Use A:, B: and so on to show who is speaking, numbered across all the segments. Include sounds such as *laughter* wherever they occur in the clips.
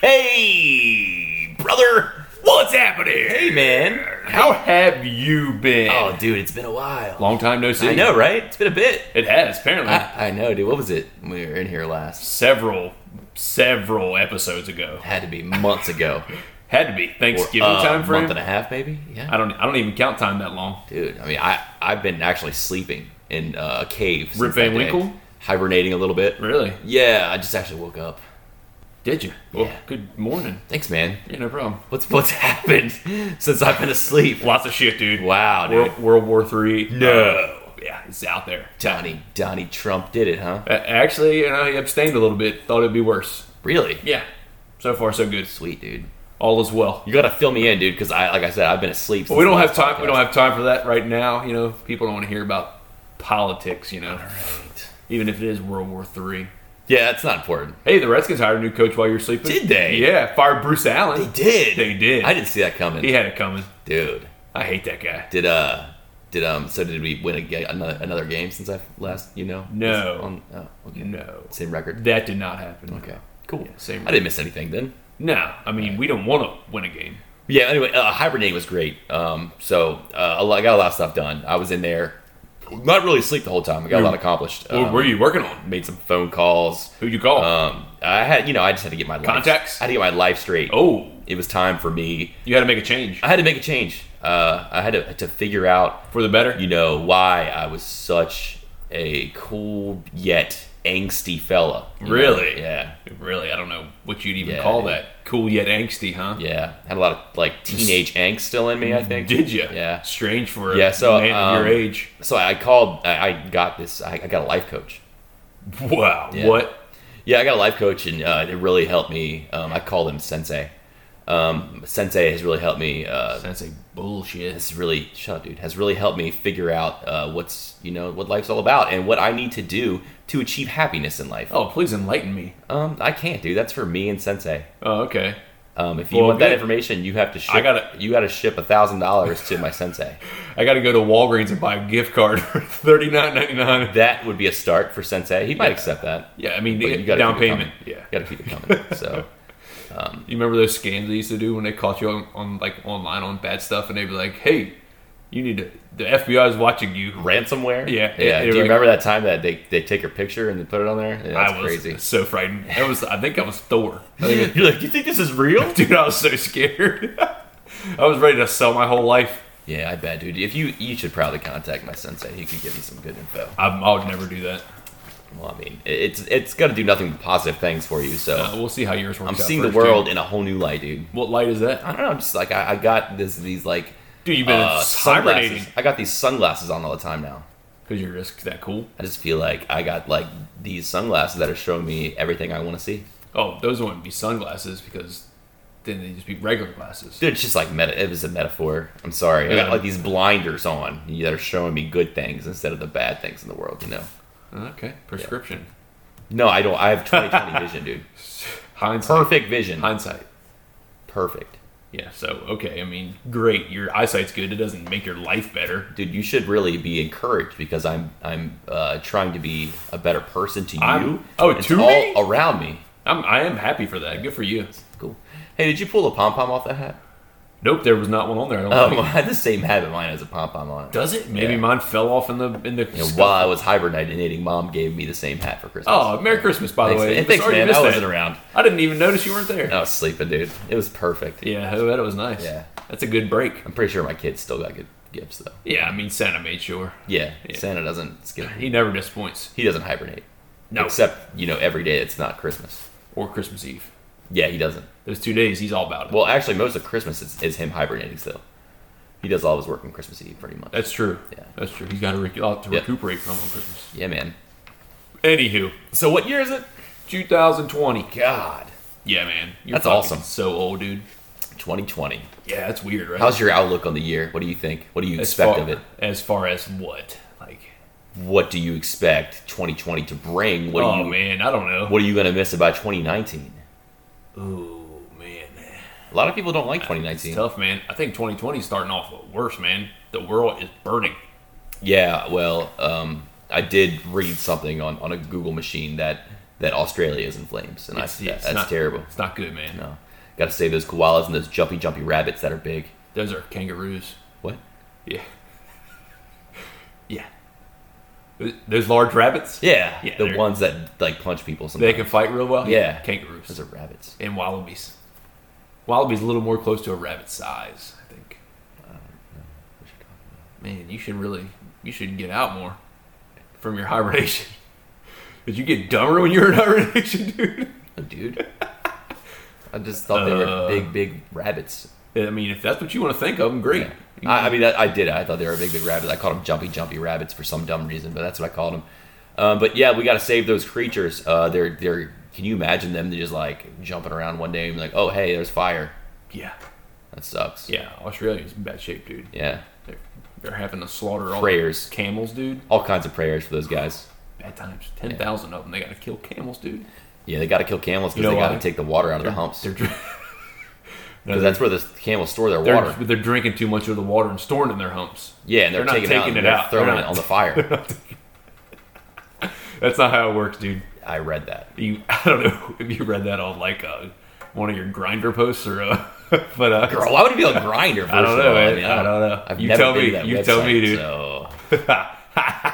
A: Hey, brother!
B: What's happening?
A: Hey, man! How have you been?
B: Oh, dude, it's been a while.
A: long time no see.
B: I know, Ah. right? It's been a bit.
A: It has, apparently.
B: I, I know, dude. What was it? when We were in here last.
A: several, several episodes ago.
B: Had to be months ago.
A: *laughs* Had to be Thanksgiving
B: Uh,
A: time frame.
B: month and a half, maybe. Yeah,
A: I don't, I don't even count time that long.
B: dude. I mean, I I've been actually sleeping in uh, a cave. since
A: Rip Van
B: that day.
A: Winkle?
B: hibernating a little bit.
A: Really?
B: Yeah, I just actually woke up.
A: Did you? Well,
B: Yeah.
A: good morning.
B: Thanks, man.
A: Yeah, no problem.
B: What's what's *laughs* happened since I've been asleep?
A: Lots of shit, dude.
B: Wow, dude.
A: World, World War Three.
B: No.
A: Uh, yeah, it's out there.
B: Donnie Donnie Trump did it, huh?
A: A- Actually, you know, he abstained a little bit. Thought it'd be worse.
B: Really?
A: Yeah. So far, so good.
B: Sweet, dude.
A: All is well.
B: You gotta fill me in, dude, because I like I said, I've been asleep.
A: But
B: since
A: we
B: the
A: don't
B: last
A: have time. We
B: podcast.
A: don't have time for that right now. You know, people don't want to hear about politics. You know, even if it is World War Three.
B: Yeah, that's not important.
A: Hey, the Redskins hired a new coach while you're sleeping.
B: Did they?
A: Yeah, fired Bruce Allen.
B: They did.
A: They did.
B: I didn't see that coming,
A: He had it coming.
B: dude.
A: I hate that guy.
B: Did uh, did um, so did we win a ga- another another game since I last, you know?
A: No.
B: On, oh, okay.
A: No,
B: Same record.
A: that did not happen.
B: Okay. Cool.
A: Yeah, same.
B: I didn't miss anything then.
A: No, I mean we don't want to win a game.
B: Yeah. Anyway, uh, hibernating was great. Um, so uh, a lot, I got a lot of stuff done. I was in there, not really asleep the whole time. I got a lot accomplished.
A: What
B: Um,
A: were you working on?
B: Made some phone calls.
A: Who you call?
B: Um, I had, you know, I just had to get my life,
A: Contacts?
B: I had to get my life straight.
A: oh,
B: it was time for me.
A: you had to make a change
B: I had to make a change. Uh, I had to, to figure out,
A: for the better.
B: you know, why I was such a cool yet angsty fella. you know?
A: Really?
B: Yeah.
A: Really, I don't know what you'd even
B: Yeah,
A: call
B: dude.
A: that. Cool yet angsty, huh?
B: Yeah. Had a lot of like teenage angst still in me. I think.
A: Did you?
B: Yeah.
A: Strange for a
B: Yeah, so,
A: man of your
B: um,
A: age.
B: So I called. I, I got this. I, I got a life coach.
A: Wow.
B: Yeah.
A: What?
B: Yeah, I got a life coach, and uh, it really helped me. Um, I call him Sensei. Um, sensei has really helped me. Uh,
A: Sensei bullshit.
B: has really shut up, dude. Has really helped me figure out uh, what's you know what life's all about and what I need to do to achieve happiness in life.
A: Oh, please enlighten me.
B: Um, I can't do that's for me and Sensei.
A: Oh, okay.
B: Um, if you
A: Well,
B: want that
A: good.
B: information, you have to ship.
A: I gotta-
B: you got to ship a thousand dollars to my Sensei.
A: I got to go to Walgreens and buy a gift card *laughs* for thirty nine ninety nine.
B: That would be a start for Sensei. He might accept that.
A: Yeah, I mean
B: But you gotta
A: down
B: keep it
A: payment.
B: coming.
A: Yeah.
B: got to keep it coming. So
A: You remember those scams they used to do when they caught you on, on like online on bad stuff, and they'd be like, "Hey, you need to. The FBI is watching you."
B: ransomware.
A: Yeah,
B: yeah.
A: it-
B: Do
A: it
B: you
A: like-
B: remember that time that they, they take your picture and they put it on there? Yeah, that's
A: I was
B: crazy.
A: so frightened. That was. I think I was Thor. I think *laughs*
B: You're like, you think this is real?
A: Dude, I was so scared. *laughs* I was ready to sell my whole life.
B: *laughs* Yeah, I bet, dude. If you you should probably contact my sensei. He could give you some good info.
A: I'm, I would never do that.
B: Well, I mean, it- it's it's gonna do nothing but positive things for you. So
A: Uh, we'll see how yours works.
B: I'm
A: out
B: seeing the
A: first, dude.
B: world in a whole new light, dude.
A: What light is that?
B: I don't know. Just like I, I got this these like
A: Dude, you've been
B: uh,
A: hibernating
B: sunglasses. I got these sunglasses on all the time now.
A: because you're just that cool.
B: I just feel like I got like these sunglasses that are showing me everything I want to see.
A: Oh, those wouldn't be sunglasses because then they'd just be regular glasses.
B: Dude, it's just like meta. It was a metaphor. I'm sorry. I
A: Yeah.
B: got like these blinders on that are showing me good things instead of the bad things in the world. You know?
A: Okay, prescription.
B: No, I don't. I have
A: *laughs*
B: 20/20 vision, dude.
A: Hindsight.
B: Perfect vision.
A: Hindsight.
B: Perfect.
A: Yeah, so, okay, I mean, great. Your eyesight's good. It doesn't make your life better.
B: dude, you should really be encouraged because I'm I'm uh, trying to be a better person to you.
A: I'm- oh,
B: and
A: to
B: all
A: me?
B: around me.
A: I'm, I am happy for that. Good for you.
B: Cool. Hey, did you pull a pom pom off that hat? *laughs*
A: Nope, there was not one on there. I don't
B: Um,
A: think.
B: I had the same hat, but mine has a pom pom on it.
A: Does it? Maybe
B: Yeah.
A: mine fell off in the in the.
B: You know,
A: scuff.
B: while I was hibernating, mom gave me the same hat for Christmas.
A: Oh, Merry Christmas, by
B: thanks,
A: the way.
B: man. Thanks,
A: Sorry you
B: man.
A: missed
B: I
A: that.
B: wasn't around.
A: I didn't even notice you weren't there.
B: I was sleeping, dude. It was perfect.
A: Yeah, I bet it was nice.
B: Yeah.
A: That's a good break.
B: I'm pretty sure my kids still got good gifts though.
A: Yeah, I mean, Santa made sure.
B: Yeah,
A: Yeah.
B: Santa doesn't skip.
A: He never disappoints.
B: He doesn't hibernate.
A: No.
B: Except you know every day it's not Christmas.
A: or Christmas Eve.
B: Yeah, he doesn't.
A: Those two days, he's all about it.
B: Well, actually, most of Christmas is, is him hibernating still. He does all his work on Christmas Eve, pretty much.
A: That's true.
B: Yeah.
A: That's true. He's got to, rec- a lot to
B: Yeah.
A: recuperate from on Christmas.
B: Yeah, man.
A: Anywho,
B: So what year is it?
A: 2020.
B: God,
A: Yeah, man. You're
B: That's
A: fucking
B: awesome.
A: So old, dude.
B: 2020.
A: Yeah, that's weird, right?
B: How's your outlook on the year? What do you think? What do you
A: as
B: expect
A: far,
B: of it?
A: As far as what? Like,
B: What do you expect 2020 to bring? What
A: oh
B: do you
A: man, I don't know.
B: What are you gonna miss about 2019?
A: Oh man,
B: A lot of people don't like 2019.
A: It's tough, man. I think 2020 is starting off worse, man. The world is burning.
B: Yeah, well, um, I did read something on, on a Google machine that, that Australia is in flames, and
A: It's-
B: I,
A: yeah, it's
B: that's
A: not-
B: terrible.
A: It's not good, man.
B: No, got to save those koalas and those jumpy jumpy rabbits that are big.
A: Those are kangaroos.
B: What?
A: Yeah. *laughs* Yeah. Th- Those large rabbits?
B: Yeah,
A: Yeah,
B: the
A: they're-
B: ones that like punch people. Sometimes.
A: They can fight real well?
B: Yeah.
A: Kangaroos.
B: Those are
A: *laughs*
B: rabbits.
A: and wallabies. Wallabies a little more close to a rabbit size, I think. Man, you should really you should get out more from your hibernation. *laughs* Did you get dumber when you were in hibernation, *laughs* dude?
B: Oh, dude. I just thought they were
A: Uh,
B: big, big rabbits.
A: I mean, if that's what you want to think of, them, great.
B: I, I mean, I, I did. I thought they were big, big rabbits. I called them jumpy, jumpy rabbits for some dumb reason, but that's what I called them. Um, but yeah, we got to save those creatures. Uh, they're, they're. Can you imagine them just like jumping around one day and be like, oh hey, there's fire.
A: Yeah,
B: That sucks.
A: yeah. Australia's in bad shape, dude.
B: Yeah.
A: They're, they're having to slaughter all
B: Prayers.
A: camels, dude.
B: All kinds of prayers for those guys.
A: Bad times. Ten thousand of them. They got to kill camels, dude.
B: Yeah, they got to kill camels because
A: You know
B: they got
A: why?
B: to take the water out of the humps.
A: They're
B: Because
A: dr- no,
B: that's where the camels store their
A: they're,
B: water.
A: But they're drinking too much of the water and storing it in their humps.
B: Yeah, and they're,
A: not
B: taking, it out and they're throwing
A: They're
B: it
A: not-
B: on the fire.
A: *laughs* That's not how it works, dude.
B: I read that.
A: You, *laughs* I don't know if you read that on like uh, one of your grinder posts or, uh, *laughs* but uh,
B: Girl, why would it be on grinder? First
A: *laughs* I don't
B: of
A: know,
B: all?
A: man. I don't know.
B: I've
A: You
B: never
A: tell
B: been
A: me.
B: to that
A: You tell
B: website,
A: me, dude.
B: so-
A: *laughs*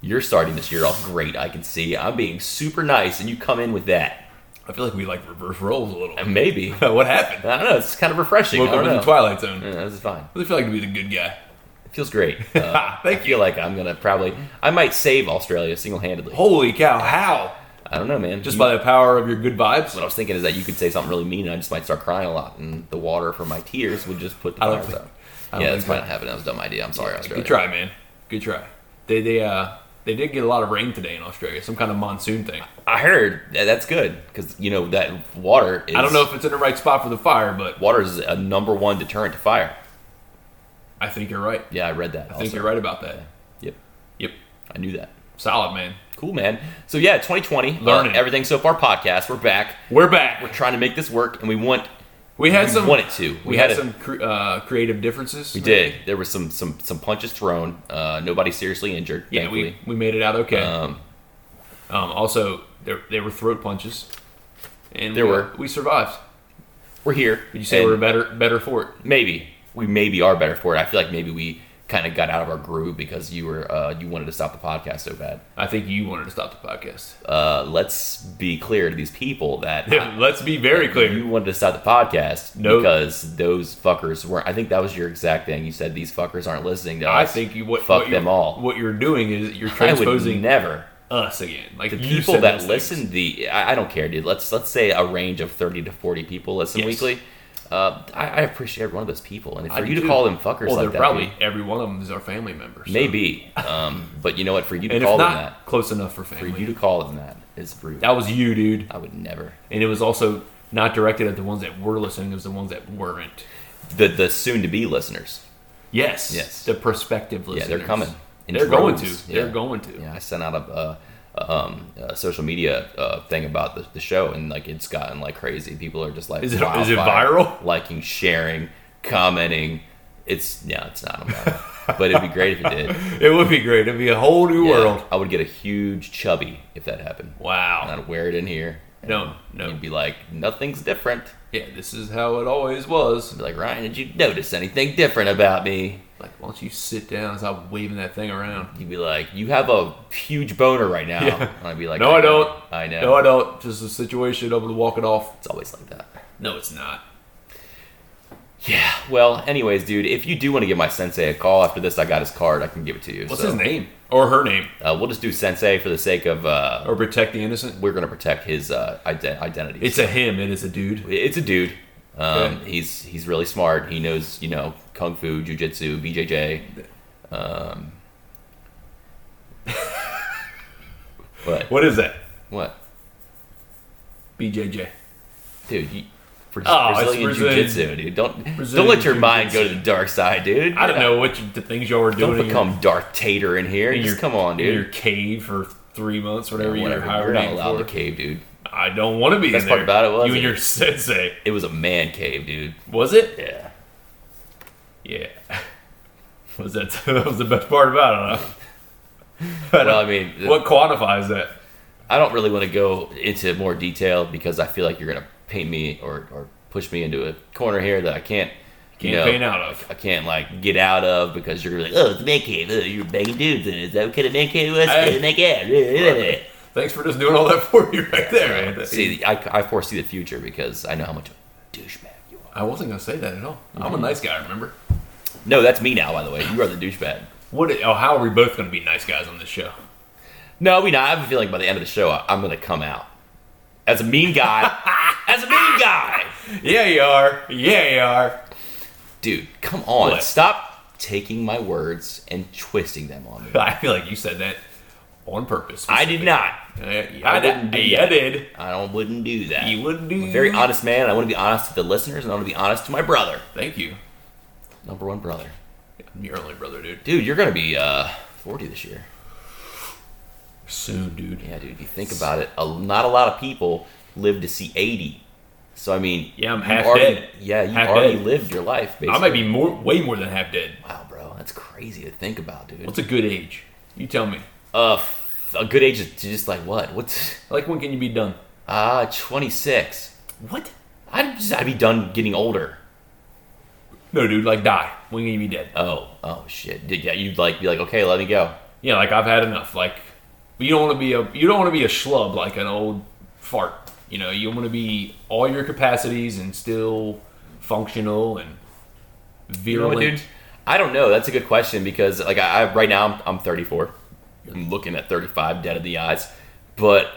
B: You're starting this year off great. I can see. I'm being super nice, and you come in with that.
A: I feel like we like reverse roles a little. *laughs*
B: And Maybe I
A: what happened?
B: don't know. It's kind of refreshing. I
A: Woke
B: don't
A: up in
B: know.
A: the twilight zone.
B: Yeah, this is fine.
A: I feel like to be the good guy.
B: It feels great. Uh,
A: Ha, Thank
B: I
A: you.
B: feel like I'm gonna probably. I might save Australia single-handedly.
A: Holy cow! How?
B: I don't know, man.
A: Just
B: You-
A: by the power of your good vibes.
B: What I was thinking is that you could say something really mean, and I just might start crying a lot, and the water from my tears would just put the
A: I don't
B: fires
A: think-
B: out.
A: I don't
B: Yeah,
A: think
B: that's might
A: so.
B: not happen. That was a dumb idea. I'm sorry, Australia.
A: Good try, man. Good try. They they uh they did get a lot of rain today in Australia. Some kind of monsoon thing.
B: I heard that that's good because you know that water. Is,
A: I don't know if it's in the right spot for the fire, but
B: water is a number one deterrent to fire.
A: I think you're right.
B: Yeah, I read that.
A: I think you're right about that.
B: Yep,
A: Yep.
B: I knew that.
A: Solid, man.
B: Cool, man. So yeah, 2020,
A: Learning.
B: uh, everything so far podcast. We're back.
A: We're back.
B: We're trying to make this work, and we want
A: We had
B: we
A: some.
B: wanted to.
A: We, had,
B: a-
A: some cre- uh, creative differences.
B: We did. There was some some some punches thrown. Uh, nobody seriously injured.
A: Yeah,
B: thankfully.
A: we, we made it out okay. Um,
B: Um,
A: also, there there were throat punches, and
B: There
A: we,
B: were.
A: we survived.
B: we're here.
A: Would you say
B: and-
A: we're better better for it?
B: maybe we maybe are better for it. I feel like maybe we kind of got out of our groove because you were uh, you wanted to stop the podcast so bad.
A: I think you wanted to stop the podcast.
B: Uh, let's be clear to these people that
A: *laughs* Let's be very clear.
B: you wanted to stop the podcast
A: Nope.
B: because those fuckers weren't. I think that was your exact thing. You said these fuckers aren't listening to
A: I
B: us.
A: think you what
B: fuck
A: what
B: them
A: you're,
B: all.
A: What you're doing is you're
B: I would
A: transposing
B: never.
A: us again. Like
B: The
A: you
B: people
A: said
B: that
A: those things.
B: listen, the I, I don't care, dude. Let's let's say a range of thirty to forty people listen
A: Yes.
B: weekly. Uh, I, I appreciate every one of those people, and
A: I
B: for you to
A: do.
B: call them fuckers
A: Well,
B: like
A: they're
B: that,
A: probably
B: dude,
A: every one of them is our family member. so-
B: maybe. Um, but you know what? For you to
A: and if
B: call
A: not,
B: them that,
A: close enough for
B: for
A: family.
B: you to call them that is rude.
A: that was you, dude.
B: I would never.
A: And it was also not directed at the ones that were listening; it was the ones that weren't.
B: The the soon to be listeners.
A: Yes.
B: Yes.
A: The prospective
B: Yeah,
A: listeners.
B: they're coming. in
A: They're going to.
B: droves.
A: They're
B: Yeah.
A: going to.
B: Yeah, I sent out a, a, um, a social media uh, thing about the, the show, and like it's gotten like crazy. People are just like,
A: Is it- is it
B: wildfire,
A: viral?
B: Liking, sharing, commenting. It's no, it's not. on viral. but it'd be great if it did.
A: *laughs* It would be great. It'd be a whole new
B: Yeah,
A: world.
B: I would get a huge chubby if that happened. And
A: Wow.
B: I'd wear it in here. and
A: No, no.
B: You'd be like, nothing's different.
A: Yeah, this is how it always was.
B: I'd be like, Ryan, did you notice anything different about me?
A: Like, why don't you sit down and stop waving that thing around?
B: You'd be like, you have a huge boner right now.
A: *laughs* Yeah.
B: And I'd be like,
A: No, I
B: know,
A: don't.
B: I know.
A: No, I don't. Just a situation. I'm going to walk it off.
B: It's always like that.
A: No, it's not.
B: Yeah. Well, anyways, dude, if you do want to give my sensei a call after this, I got his card. I can give it to you.
A: What's
B: So,
A: his name? Or her name?
B: Uh, we'll just do sensei for the sake of uh,
A: Or Protect the Innocent?
B: we're gonna protect his uh, ide- identity.
A: It's a him. It is a dude.
B: it's a dude. Um,
A: Okay.
B: He's he's really smart. He knows you know kung fu, jujitsu, BJJ.
A: *laughs*
B: Um, but
A: What is that?
B: what,
A: BJJ.
B: dude? You, for
A: Oh, it's
B: Brazilian
A: Brazilian-
B: jiu-jitsu, dude. Don't
A: Brazilian
B: don't let your mind go to
A: jiu-jitsu.
B: the dark side, dude.
A: I don't know what you, the things y'all were doing.
B: Don't
A: in your-
B: become Darth Tater in here.
A: in
B: Just
A: your
B: come on, dude.
A: In your cave for three months, whatever,
B: Whatever.
A: you're hired
B: You're not
A: in
B: allowed in
A: for.
B: the cave, dude.
A: I don't want to be
B: Best
A: in
B: part
A: there.
B: about it was
A: you
B: it-
A: and your sensei.
B: It was a man cave, dude.
A: Was it?
B: Yeah.
A: Yeah. *laughs* Was that *laughs* that was the best part about it?
B: *laughs*
A: Huh? uh,
B: Well, I mean,
A: what quantifies that?
B: I don't really want to go into more detail because I feel like you're going to paint me or, or push me into a corner here that I can't. you
A: Can't
B: know,
A: paint out
B: *laughs*
A: of.
B: I can't like get out of because you're like, oh, it's a man cave. Oh, you're banging dudes. in it. Is that what kind of man cave it was?
A: I-
B: Oh, man cave.
A: Thanks for just doing all that *laughs* for you *laughs* right there, man.
B: *laughs* See, I, I foresee the future because I know how much of a douchebag you are.
A: I wasn't gonna say that at all. I'm
B: Mm-hmm.
A: a nice guy, remember?
B: No, that's me now. By the way, you are the douchebag.
A: What? Oh, how are we both gonna be nice guys on this show?
B: No, we not. I have a feeling by the end of the show, I, I'm going to come out as a mean
A: *laughs*
B: guy. as a mean guy,
A: Yeah, you are. Yeah, you are. *laughs*
B: dude. Come on,
A: What?
B: stop taking my words and twisting them on me.
A: I feel like you said that on purpose.
B: I did not.
A: Uh, yeah,
B: I
A: I,
B: wouldn't
A: did.
B: do
A: Yeah, I
B: that.
A: did.
B: I don't. Wouldn't do that.
A: You wouldn't do.
B: I'm a very honest man. I want to be honest to the listeners, and I want to be honest to my brother,
A: Thank you.
B: number one brother.
A: I'm your only brother, dude.
B: Dude, you're gonna be uh, 40 this year.
A: Soon, dude.
B: Yeah, dude. If you think about it, a, not a lot of people live to see 80. So I mean,
A: Yeah, I'm
B: you
A: half
B: already-
A: dead.
B: Yeah, you
A: Half
B: already
A: dead.
B: lived your life. Basically.
A: I might be more, way more than half dead.
B: Wow, bro, that's crazy to think about, dude.
A: What's a good age? You tell me.
B: uh, f- a good age is to just like what? What's *laughs*
A: Like, when can you be done?
B: ah, 26.
A: What?
B: I'd just I'd be done getting older.
A: No, dude. Like, die. When can you be dead?
B: Oh, oh shit. Dude, Yeah, you'd like be like, okay, let me go.
A: Yeah, like I've had enough. Like, you don't want to be a you don't want to be a schlub like an old fart. You know, you want to be all your capacities and still functional and
B: You know
A: virulent.
B: what, dude? I don't know. That's a good question because like I, I right now I'm, I'm 34. I'm looking at 35 dead of the eyes, but
A: You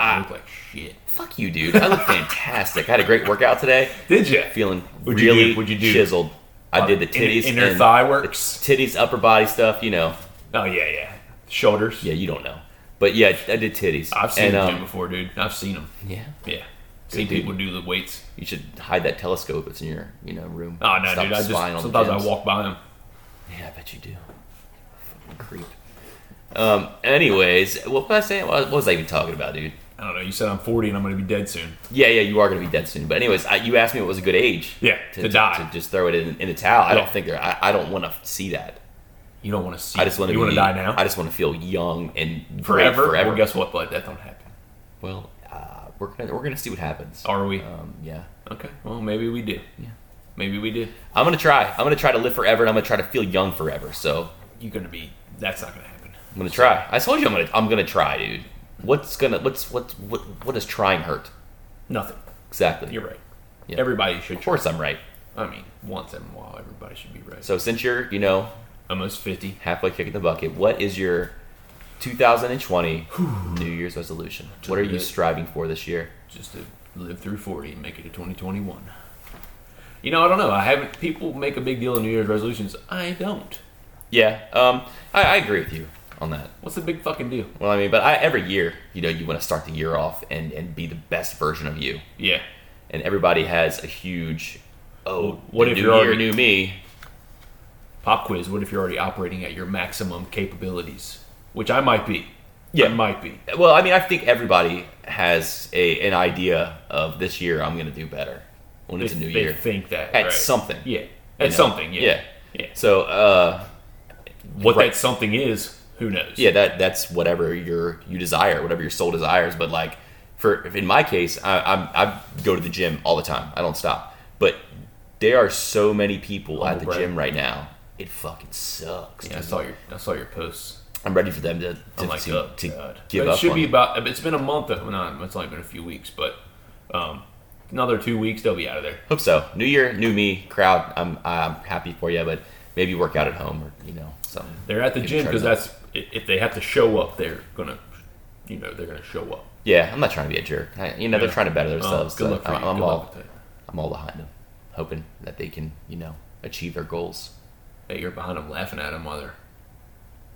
B: Ah.
A: look like shit.
B: fuck you, dude.
A: *laughs*
B: I look fantastic. I had a great workout today.
A: Did you?
B: Feeling
A: What'd you
B: really
A: do? What'd you do?
B: chiseled. I did the
A: Inner-
B: titties,
A: inner
B: and
A: thigh works.
B: titties, upper body stuff. You know,
A: Oh yeah, yeah. Shoulders.
B: yeah, you don't know, but yeah, I did titties.
A: I've seen
B: and,
A: them
B: um,
A: before, dude. I've seen them.
B: Yeah,
A: Yeah, seen
B: dude.
A: people do the weights.
B: you should hide that telescope. It's in your you know room.
A: Oh no,
B: Stop
A: dude. I just
B: spying on the
A: sometimes I
B: gyms.
A: walk by them.
B: Yeah, I bet you do. Fucking creep. Um. Anyways, what was I saying? What was I even talking about, dude?
A: I don't know. You said I'm 40 and I'm gonna be dead soon.
B: Yeah, yeah, you are gonna be dead soon. But anyways, I, you asked me what was a good age.
A: Yeah, to die.
B: To just throw it in, in the towel. I
A: Yeah.
B: don't think there. I, I don't want to see that.
A: You don't want to see.
B: I just want to.
A: You want to die now?
B: I just want to feel young and great
A: forever.
B: Forever.
A: Well, guess what, bud? That don't happen.
B: Well, uh, we're gonna we're gonna see what happens.
A: Are we?
B: Um, yeah.
A: Okay. Well, maybe we do.
B: Yeah.
A: Maybe we do.
B: I'm gonna try. I'm gonna try to live forever, and I'm gonna try to feel young forever. So
A: You're gonna be. That's not gonna happen.
B: I'm gonna try. I told you I'm gonna I'm gonna try, dude. What's gonna what's what's what what does trying hurt?
A: Nothing.
B: Exactly.
A: You're right.
B: Yeah.
A: Everybody should.
B: Of
A: Try.
B: course I'm right.
A: I mean, once in a while, everybody should be right.
B: So since you're you know
A: Almost 50.
B: halfway kicking the bucket, what is your
A: *sighs*
B: 2020 New Year's resolution? What are you striving for this year?
A: just to live through 40 and make it to 2021. You know, I don't know. I haven't. People make a big deal of New Year's resolutions. I don't.
B: Yeah, um, I, I agree with you on that.
A: What's the big fucking deal?
B: Well, I mean, but I, every year, you know, you want to start the year off and and be the best version of you.
A: Yeah.
B: and everybody has a huge oh
A: What
B: the
A: if
B: new
A: you're
B: year
A: already-
B: new me
A: Pop quiz. What if you're already operating at your maximum capabilities? Which I might be.
B: Yeah.
A: I might be.
B: well i mean i think everybody has a an idea of this year i'm gonna do better when it's a
A: They-
B: new
A: they
B: year
A: think that
B: At
A: right.
B: something,
A: Yeah.
B: you
A: At
B: know?
A: something. Yeah.
B: yeah
A: Yeah.
B: so uh
A: What
B: Right.
A: that something is, who knows?
B: yeah that that's whatever your you desire whatever your soul desires but like for in my case i I'm, i go to the gym all the time i don't stop but there are so many people at
A: Humble
B: the
A: brag.
B: gym right now it fucking sucks
A: Yeah, I
B: dude.
A: saw your I saw your posts.
B: i'm ready for them to to,
A: I'm like,
B: to,
A: oh,
B: to
A: God.
B: give
A: But
B: up
A: It should
B: on
A: be
B: it.
A: about. It's been a month. Well, no, it's only been a few weeks, but um, another two weeks they'll be out of there.
B: Hope so. New year, new me, crowd. I'm I'm happy for you, but maybe work out at home or you know something.
A: They're at the
B: Maybe
A: gym
B: try
A: because
B: to-
A: that's i- if they have to show up, they're gonna, you know, they're gonna show up.
B: Yeah, I'm not trying to be a jerk. I, you know, they're
A: Yeah.
B: trying to better
A: Um,
B: themselves.
A: good
B: so
A: luck for
B: I'm,
A: you.
B: I'm
A: Good
B: all
A: luck with that.
B: I'm all behind them, hoping that they can you know achieve their goals.
A: Hey, you're behind them, laughing at them while they're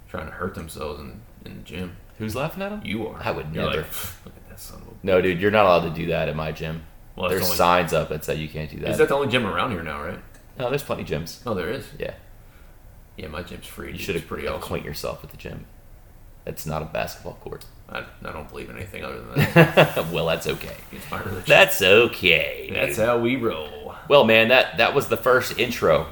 A: trying to hurt themselves in, in the gym.
B: Who's laughing at them?
A: You are.
B: I would
A: You're
B: never.
A: like, Look at that son of
B: No, dude, you're not allowed to do that at my gym.
A: Well, it's
B: there's
A: only-
B: signs up that say you can't do
A: a.
B: that.
A: Is that the only gym around here now? Right?
B: No, there's plenty of gyms.
A: No, there is.
B: Yeah,
A: Yeah, my gym's free.
B: you
A: dude.
B: should
A: It's pretty awesome.
B: acquaint yourself with the gym. That's not a basketball court. *laughs*
A: I, I don't believe in anything other than that.
B: well, that's okay.
A: It's my religion.
B: That's okay. dude.
A: That's how we roll.
B: well, man, that that was the first intro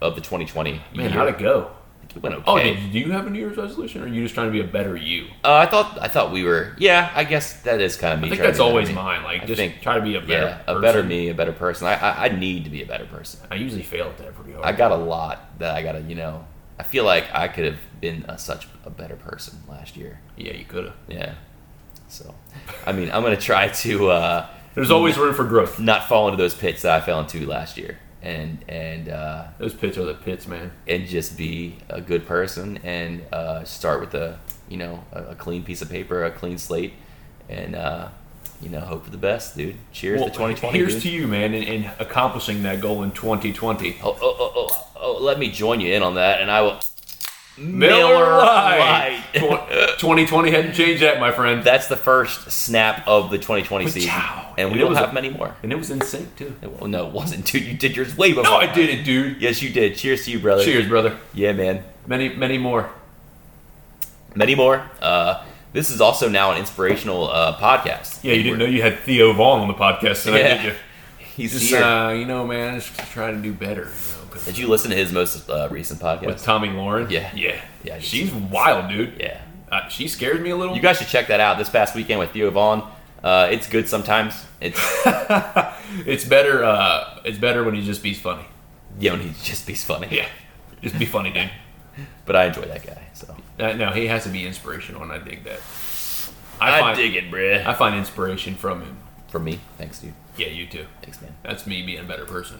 B: of the 2020
A: Man,
B: year.
A: how'd it go?
B: It went okay.
A: Oh, did, do you have a New Year's resolution, or are you just trying to be a better you?
B: Uh, I thought I thought we were. Yeah, I guess that is kind of me.
A: I think
B: trying to
A: that's
B: be better
A: always
B: me.
A: mine. Like,
B: I
A: just
B: think-
A: try to be a better,
B: Yeah, a
A: person.
B: better me, a better person. I, I I need to be a better person.
A: I usually fail at that pretty hard.
B: I got a lot that I gotta. You know, I feel like I could have been a, such a better person last year.
A: yeah, you could have.
B: Yeah. So, I mean, I'm gonna try to uh,
A: There's always room for growth.
B: not fall into those pits that I fell into last year, and and uh,
A: Those pits are the pits, man.
B: and just be a good person and uh, start with a you know a, a clean piece of paper, a clean slate, and uh, you know hope for the best, dude. Cheers
A: Well,
B: to 2020.
A: Here's
B: dude.
A: to you, man, in, in accomplishing that goal in 2020.
B: oh, oh, oh, oh, oh, let me join you in on that, and I will.
A: *laughs* Tw- 2020 hadn't changed that, my
B: *laughs*
A: friend.
B: That's the first snap of the 2020 season,
A: Pachow.
B: and we
A: It
B: don't
A: was
B: have
A: a-
B: many more.
A: and it was in sync too.
B: Well, no, it wasn't, dude. You did yours way before.
A: No, I did it, dude.
B: Yes, you did. Cheers to you, brother.
A: Cheers, brother.
B: Yeah, man.
A: Many, many more.
B: Many more. Uh, this is also now an inspirational uh, podcast.
A: Yeah, you didn't know you had Theo Vaughn on the podcast tonight,
B: Yeah.
A: did you?
B: He's
A: Just,
B: here.
A: uh, you know, man, just trying to do better. You know, 'cause
B: Did you listen to his most uh, recent podcast?
A: with Tommy Lauren,
B: Yeah.
A: yeah,
B: Yeah, I did
A: she's wild, dude.
B: yeah.
A: Uh, she scares me a little.
B: You guys should check that out. This past weekend with Theo Vaughn. Uh, it's good sometimes. It's *laughs*
A: it's better. Uh, it's better when he just be funny.
B: you know he just he's funny.
A: Yeah, just be funny, dude.
B: But I enjoy that guy. So
A: Uh, no, he has to be inspirational, and I dig that. I,
B: I,
A: find,
B: dig it, bruh.
A: I find inspiration from him.
B: From me, thanks, dude.
A: Yeah, you too.
B: Thanks, man.
A: That's me being a better person.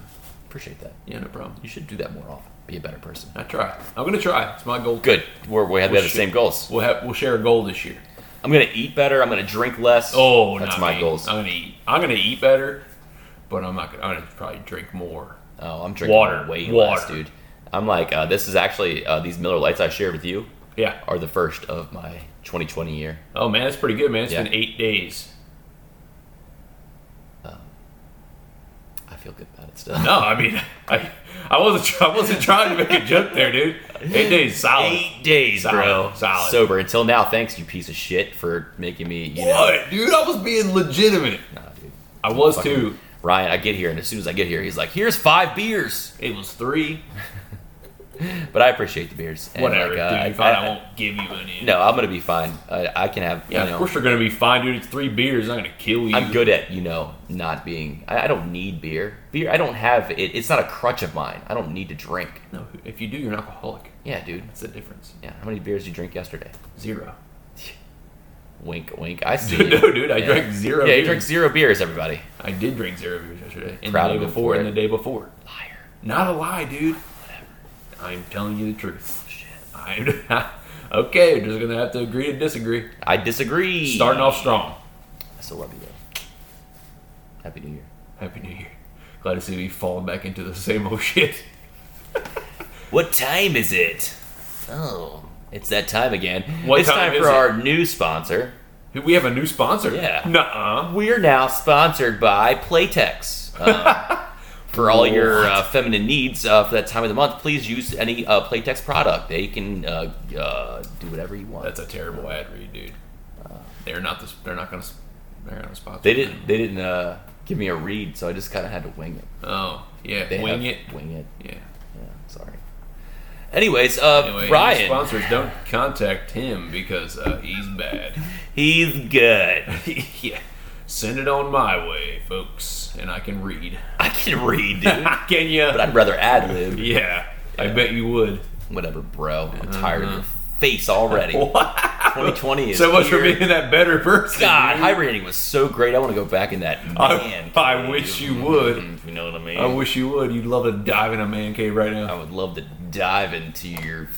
B: Appreciate that.
A: Yeah, no problem.
B: You should do that more often. Be a better person.
A: I try. I'm gonna try. It's my goal.
B: Good. We're, we have, we have the
A: should-
B: same goals.
A: We'll have we'll share a goal this year.
B: I'm gonna eat better. I'm gonna drink less.
A: Oh,
B: that's
A: not
B: my
A: me.
B: goals.
A: I'm gonna eat. I'm gonna eat better, but I'm not gonna. I'm gonna probably drink more.
B: Oh, I'm drinking
A: Water.
B: way
A: Water.
B: less, dude. I'm like, uh, this is actually uh, these Miller Lights I shared with you
A: Yeah.
B: are the first of my 2020 year.
A: Oh man, that's pretty good, man. It's
B: Yeah.
A: been eight days.
B: I feel good about it
A: *laughs*
B: still.
A: No, I mean, I I wasn't tr- I wasn't trying to make a joke there, dude.
B: *laughs*
A: Eight days, solid.
B: Eight days,
A: Solid.
B: bro.
A: Solid.
B: Sober until now. Thanks, you piece of shit, for making me. You know,
A: What, dude? I was being legitimate.
B: Nah, dude.
A: I was
B: Fucking-
A: too.
B: Ryan, I get here, and as soon as I get here, he's like, "Here's five beers."
A: It was three.
B: But I appreciate the beers. And
A: Whatever,
B: like, uh,
A: dude. You
B: I,
A: find I, won't give you any.
B: no, I'm gonna be fine. I, I can have.
A: Yeah,
B: you
A: of
B: know,
A: course you're gonna be fine, dude. It's three beers. I'm gonna kill you.
B: I'm good at you know not being. I, I don't need beer. Beer. I don't have it. It's not a crutch of mine. I don't need to drink.
A: No, if you do, you're an alcoholic.
B: Yeah, dude.
A: That's the difference.
B: Yeah. How many beers did you drink yesterday?
A: Zero.
B: Wink, wink. I see.
A: Dude,
B: you.
A: *laughs* no, dude, I
B: Yeah.
A: drank zero.
B: Yeah, you
A: beers.
B: drank zero beers, everybody.
A: I did drink zero beers yesterday. And
B: Proud
A: the
B: of
A: day
B: him
A: before,
B: for
A: and
B: it.
A: the day before.
B: Liar.
A: Not a lie, dude. I'm telling you the truth. *laughs* Shit. I'm *laughs* okay. We're just gonna have to agree to disagree.
B: I disagree.
A: Starting off strong.
B: I still love you though. Happy New Year.
A: Happy New Year. Glad to see we falling back into the same old *laughs* shit.
B: What time is it? Oh, it's that time again.
A: What
B: it's
A: time
B: time,
A: is
B: for
A: it?
B: our new sponsor.
A: We have a new sponsor.
B: Yeah.
A: Nuh-uh.
B: We're now sponsored by Playtex.
A: *laughs*
B: Um, for all your uh, feminine needs uh, for that time of the month, please use any uh, Playtex product. They can uh, uh, do whatever you want.
A: That's a terrible ad read, dude. They're not. The, they're not gonna. s- They're not gonna sponsor.
B: they didn't. They didn't uh, give me a read, so I just kind of had to wing it.
A: Oh yeah.
B: They
A: Wing
B: have-
A: it.
B: Wing it.
A: Yeah.
B: Yeah, sorry. Anyways, uh,
A: Anyway, any
B: Ryan,
A: sponsors don't contact him because uh, he's
B: *laughs*
A: bad.
B: he's good.
A: yeah. Send it on my way, folks, and I can read.
B: I *laughs* can read, dude.
A: can you?
B: *laughs* But I'd rather ad lib.
A: Yeah, I bet you would.
B: Whatever, bro. I'm tired of your face
A: *laughs*
B: already. 2020 is
A: Uh-huh. so much for
B: here.
A: being that better person.
B: God,
A: dude.
B: hibernating was so great. I want to go back in that
A: I,
B: man.
A: I
B: cave,
A: wish you would.
B: if You know what I mean?
A: I wish you would. You'd love to dive in a man cave right
B: I
A: now.
B: would love to dive into your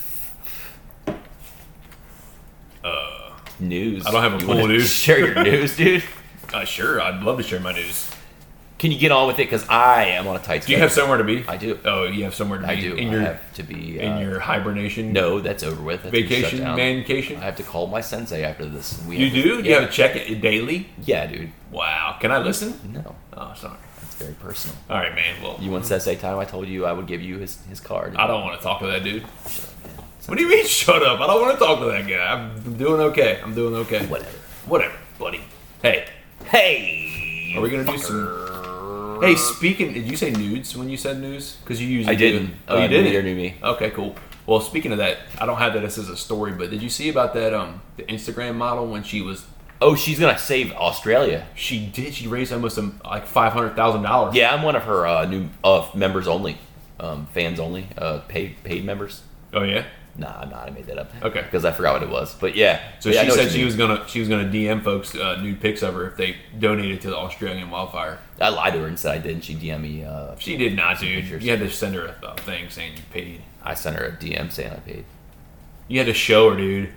B: uh news.
A: I don't have a
B: You
A: pool,
B: wanna
A: dude.
B: Share
A: *laughs*
B: your news, dude.
A: Uh, sure, I'd love to share my news.
B: Can you get on with it? Because I am on a tight.
A: Do you have somewhere to be?
B: I do.
A: Oh, you have somewhere to
B: I
A: be
B: do.
A: in
B: I
A: your
B: have to be uh,
A: in your hibernation,
B: No, that's over with. That's been shut
A: vacation,
B: down.
A: mancation.
B: I have to call my sensei after this. We
A: you
B: have to-
A: do? You
B: Yeah.
A: have a check it daily?
B: yeah, dude.
A: Wow. Can I listen?
B: No,
A: Oh, sorry.
B: that's very personal.
A: All right, man. Well,
B: You want sensei time? I told you I would give you his, his card.
A: I don't want to talk to that dude.
B: Shut up, man.
A: What do you mean, *laughs* shut up? I don't want to talk to that guy. I'm doing okay. I'm doing okay.
B: Whatever.
A: Whatever, buddy. Hey,
B: Hey,
A: are we gonna do some? Hey, speaking, did you say nudes when you said news? Because you usually
B: I didn't.
A: do. Oh,
B: Uh,
A: you didn't.
B: neither knew me.
A: Okay, cool. Well, speaking of that, I don't have that as a story, but did you see about that um the Instagram model when she was
B: Oh, she's gonna save Australia.
A: she did she raised almost um, like five hundred thousand dollars?
B: Yeah, I'm one of her uh, new uh, members only, um, fans only, uh, paid paid members.
A: Oh yeah.
B: Nah, I'm not. I made that up.
A: Okay.
B: Because I forgot what it was. But yeah.
A: So
B: Yeah, I
A: she
B: know what
A: said
B: you
A: she
B: mean.
A: was gonna she was gonna DM folks uh, nude pics of her if they donated to the Australian wildfire.
B: I lied to her and said I did, and she DM'd me. Uh,
A: She did not, dude.
B: pictures.
A: You had to send her a, a thing saying you paid.
B: I sent her a DM saying I paid.
A: You had to show her, dude,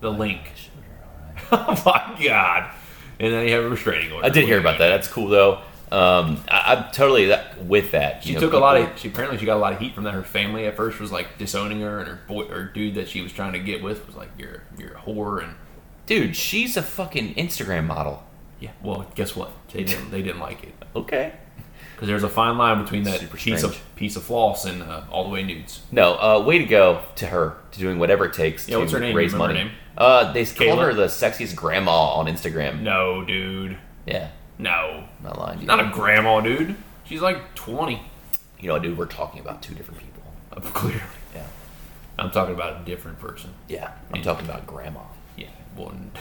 A: the link. *laughs* oh my god! And then you have a restraining order.
B: I did hear
A: What do you
B: about
A: mean?
B: that. That's cool though. Um, I, I'm totally that, with that.
A: She took a lot of. She apparently she got a lot of heat from that. Her family at first was like disowning her, and her boy or dude that she was trying to get with was like, "You're you're a whore." And
B: Dude, she's a fucking Instagram model.
A: yeah, well, guess what? They didn't. They didn't like it
B: Okay.
A: because there's a fine line between that
B: Super
A: piece
B: strange.
A: of piece of floss and uh, all the way nudes.
B: No, uh, way to go to her to doing whatever it takes
A: Yeah,
B: to
A: what's her name?
B: raise
A: Remember
B: money.
A: her name?
B: Uh, they called
A: Kayla?
B: her the sexiest grandma on Instagram.
A: No, dude.
B: Yeah,
A: No,
B: I'm not lying. To you.
A: not a grandma, dude. She's like 20.
B: you know, dude, we're talking about two different people.
A: *laughs* Clearly,
B: Yeah,
A: I'm talking about a different person.
B: yeah. I'm talking about grandma,
A: Yeah, well, *laughs* n-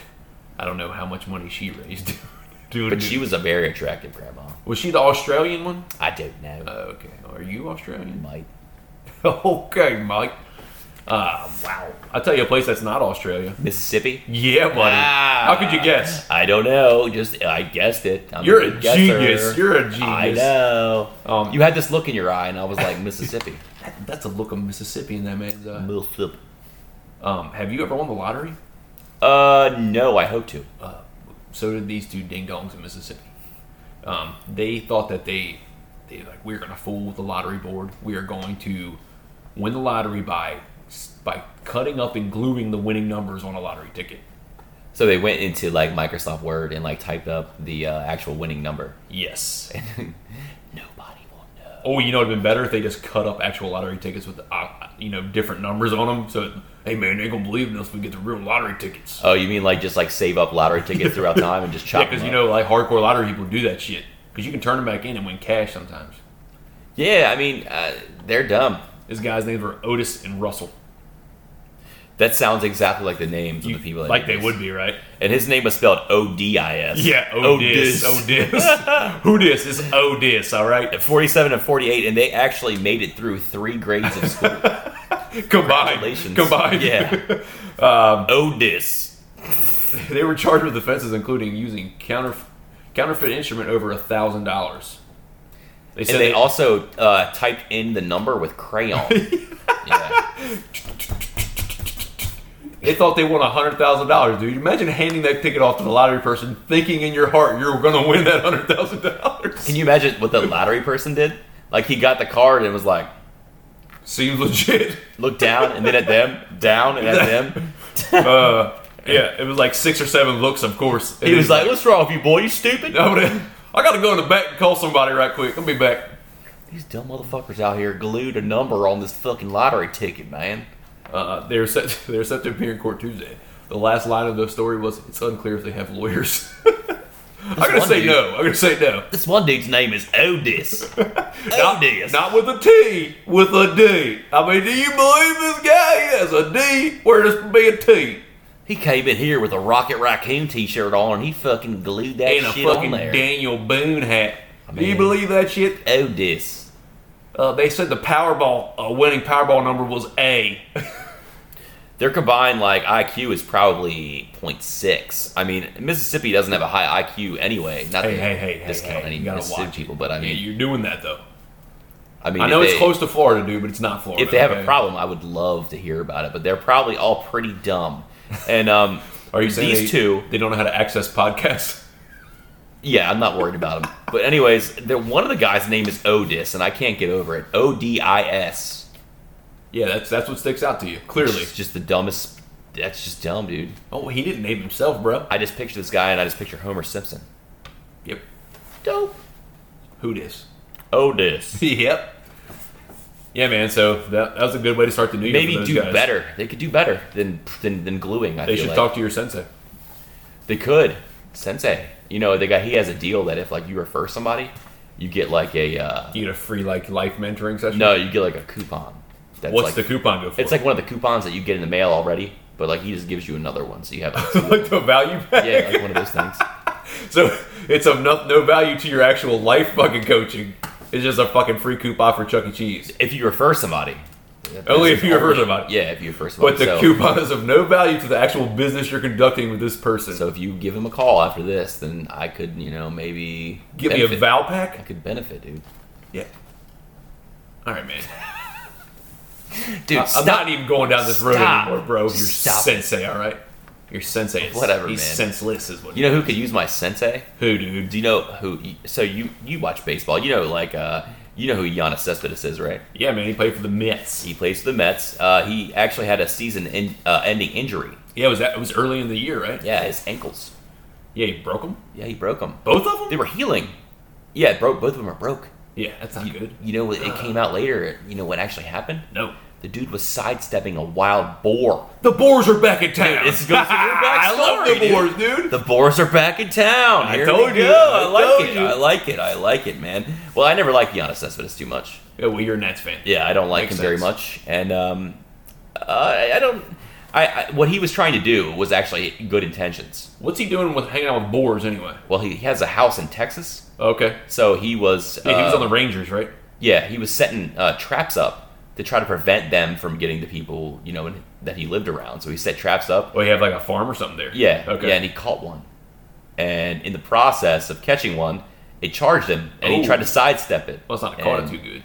A: I don't know how much money she raised. *laughs* Dude,
B: but she was a very attractive grandma.
A: was she the Australian one?
B: I don't know.
A: Uh, okay, are you Australian?
B: Might.
A: *laughs* okay, Mike. Ah, wow. I tell you a place that's not Australia.
B: Mississippi.
A: Yeah, buddy.
B: Ah.
A: How could you guess?
B: I don't know. Just I guessed it. I'm
A: You're
B: good
A: a
B: guesser.
A: genius. You're a genius.
B: I know.
A: Um,
B: you had this look in your eye, and I was like,
A: *laughs*
B: Mississippi.
A: That- that's a look of Mississippi in that man's eye.
B: Mississippi.
A: Um, have you ever won the lottery?
B: Uh, no. I hope to.
A: Uh, so did these two ding dongs in Mississippi. Um, they thought that they, they like we're gonna fool the lottery board. We are going to win the lottery by by cutting up and gluing the winning numbers on a lottery ticket.
B: So they went into like Microsoft Word and like typed up the uh, actual winning number. *laughs*
A: Yes.
B: Nobody will know.
A: Oh, you know, it'd been better if they just cut up actual lottery tickets with uh, you know different numbers on them. So hey, man, they ain't gonna believe in us if we get the real lottery tickets.
B: Oh, you mean like just like save up lottery tickets throughout
A: *laughs*
B: time and just
A: Yeah,
B: chop?
A: because
B: them
A: you
B: up?
A: know, like hardcore lottery people do that shit. Because you can turn them back in and win cash sometimes.
B: Yeah, I mean uh, they're dumb.
A: This guy's names were Otis and Russell.
B: That sounds exactly like the names
A: You-
B: of the people. that
A: like
B: did
A: they
B: this.
A: would be, right?
B: And his name was spelled O D I S.
A: Yeah, Odis. Odis. *laughs* Who dis? It's Odis, all right?
B: Forty-seven and forty-eight, and they actually made it through three grades of
A: *laughs*
B: school.
A: Combined.
B: Congratulations.
A: Combined.
B: Yeah. Oh, Odis.
A: *laughs* they were charged with offenses including using counter, counterfeit instrument over a $1,000. They
B: And
A: said
B: they
A: they all.
B: also uh, typed in the number with
A: *laughs*
B: crayon. yeah.
A: They thought they won $100,000, dude. Imagine handing that ticket off to the lottery person thinking in your heart you're going to win that $100,000.
B: Can you imagine what the lottery person did? Like he got the card and was like,
A: Seems legit.
B: looked down and then at them, down
A: *laughs*
B: and at them.
A: Uh, yeah, it was like six or seven looks, of course.
B: He was like, "What's wrong with you, boy? You stupid."
A: *laughs* I would- I gotta go in the back and call somebody right quick. I'll be back.
B: These dumb motherfuckers out here glued a number on this fucking lottery ticket, man.
A: Uh, they're set. *laughs* They're set to appear in court Tuesday. The last line of the story was, "It's unclear if they have lawyers." *laughs* I'm gonna
B: one
A: say
B: dude-
A: no. I'm gonna say no.
B: This one dude's name is Odis.
A: *laughs* Not,
B: Odis.
A: not with a T, with a D. I mean, do you believe this guy has a D? Where does be a T?
B: He came in here with a Rocket Raccoon T-shirt on, and he fucking glued that
A: And a
B: shit
A: fucking
B: on there.
A: Daniel Boone hat. do you
B: mean-
A: believe that shit?
B: Odis.
A: Uh, they said the Powerball uh, winning Powerball number was A.
B: Their combined like IQ is probably 0.6. I mean, Mississippi doesn't have a high IQ anyway. Not
A: Hey,
B: to
A: hey, hey, hey,
B: discount
A: hey!
B: any
A: you gotta
B: Mississippi
A: watch
B: people, but I
A: Yeah,
B: mean,
A: you're doing that though.
B: I mean,
A: I
B: if
A: know it's
B: they-
A: close to Florida, dude, but it's not Florida.
B: if they have
A: okay?
B: a problem, I would love to hear about it. But they're probably all pretty dumb. And um,
A: are you saying
B: these
A: they,
B: two?
A: They don't know how to access podcasts. *laughs*
B: Yeah, I'm not worried about them. But anyways, the, one of the guys' name is Odis, and I can't get over it. O D I S.
A: Yeah, that's that's what sticks out to you clearly.
B: It's just the dumbest. That's just dumb, dude.
A: Oh, he didn't name himself, bro.
B: I just picture this guy, and I just picture Homer Simpson.
A: Yep.
B: Dope.
A: Who dis? *laughs*
B: Odis.
A: yep. Yeah, man. So that, that was a good way to start the new year. for
B: Maybe
A: those
B: do
A: guys.
B: better. They could do better than than, than gluing. I
A: They
B: feel
A: should
B: like.
A: talk to your sensei.
B: They could. Sensei. You know, they got he has a deal that if like you refer somebody, you get like a uh,
A: You get a free like life mentoring session.
B: no, you get like a coupon. That's
A: what's
B: like,
A: the coupon go for?
B: It's like one of the coupons that you get in the mail already, but like he just gives you another one, so you have like,
A: *laughs* *laughs* like the value pack.
B: yeah, like one of those things.
A: So *laughs* it's of no, no value to your actual life fucking coaching. It's just a fucking free coupon for Chuck E. Cheese.
B: If you refer somebody,
A: Only if you refer
B: Only-
A: somebody.
B: Yeah, if you refer somebody.
A: But the
B: so,
A: coupon is of no value to the actual business you're conducting with this person.
B: so if you give him a call after this, then I could you know maybe
A: Give me a
B: benefit.
A: Val
B: I
A: pack?
B: could benefit, dude.
A: Yeah. All right, man.
B: Dude,
A: I'm not even going down this road
B: Stop.
A: anymore, bro. You're
B: Stop.
A: sensei, all right? You're sensei. Is,
B: Whatever,
A: He's
B: man.
A: senseless, is what
B: You know who could use my sensei?
A: Who, dude?
B: Do you know who? So you you watch baseball? You know like uh you know who Giannis Cespedes is, right?
A: Yeah, man. He played for the Mets.
B: He plays for the Mets. Uh, he actually had a season in, uh, ending injury.
A: Yeah, it was that? It was early in the year, right?
B: Yeah, his ankles.
A: Yeah, he broke them.
B: Yeah, he broke them.
A: Both of
B: They
A: them.
B: were healing. Yeah, it broke. Both of them are broke.
A: Yeah, that's not good. Uh.
B: You know it came out later. You know what actually happened?
A: No.
B: The dude was sidestepping a wild boar.
A: The Boars are back in town.
B: This goes to your
A: *laughs* I love
B: backstory,
A: the Boars, dude.
B: The boars are back in town.
A: I
B: Here
A: told
B: we
A: you.
B: go. I,
A: I
B: like
A: told
B: it.
A: you.
B: I like it. I like it, man. Well, I never liked Giannis Cespedes too much.
A: Yeah, well, you're a Nets fan.
B: Yeah, I don't like
A: Makes
B: him very
A: sense.
B: much, and um, I, I don't. I, I what he was trying to do was actually good intentions.
A: What's he doing with hanging out with Boars anyway?
B: Well, he has a house in Texas,
A: Okay.
B: so he was.
A: Yeah, he was
B: uh,
A: on the Rangers, right?
B: Yeah, he was setting uh, traps up to try to prevent them from getting the people you know that he lived around. So he set traps up.
A: Well, Oh, he had like a farm or something there.
B: Yeah.
A: Okay.
B: Yeah, and he caught one, and in the process of catching one, it charged him, and
A: Oh.
B: he tried to sidestep it.
A: well, it's not caught it
B: And-
A: too good.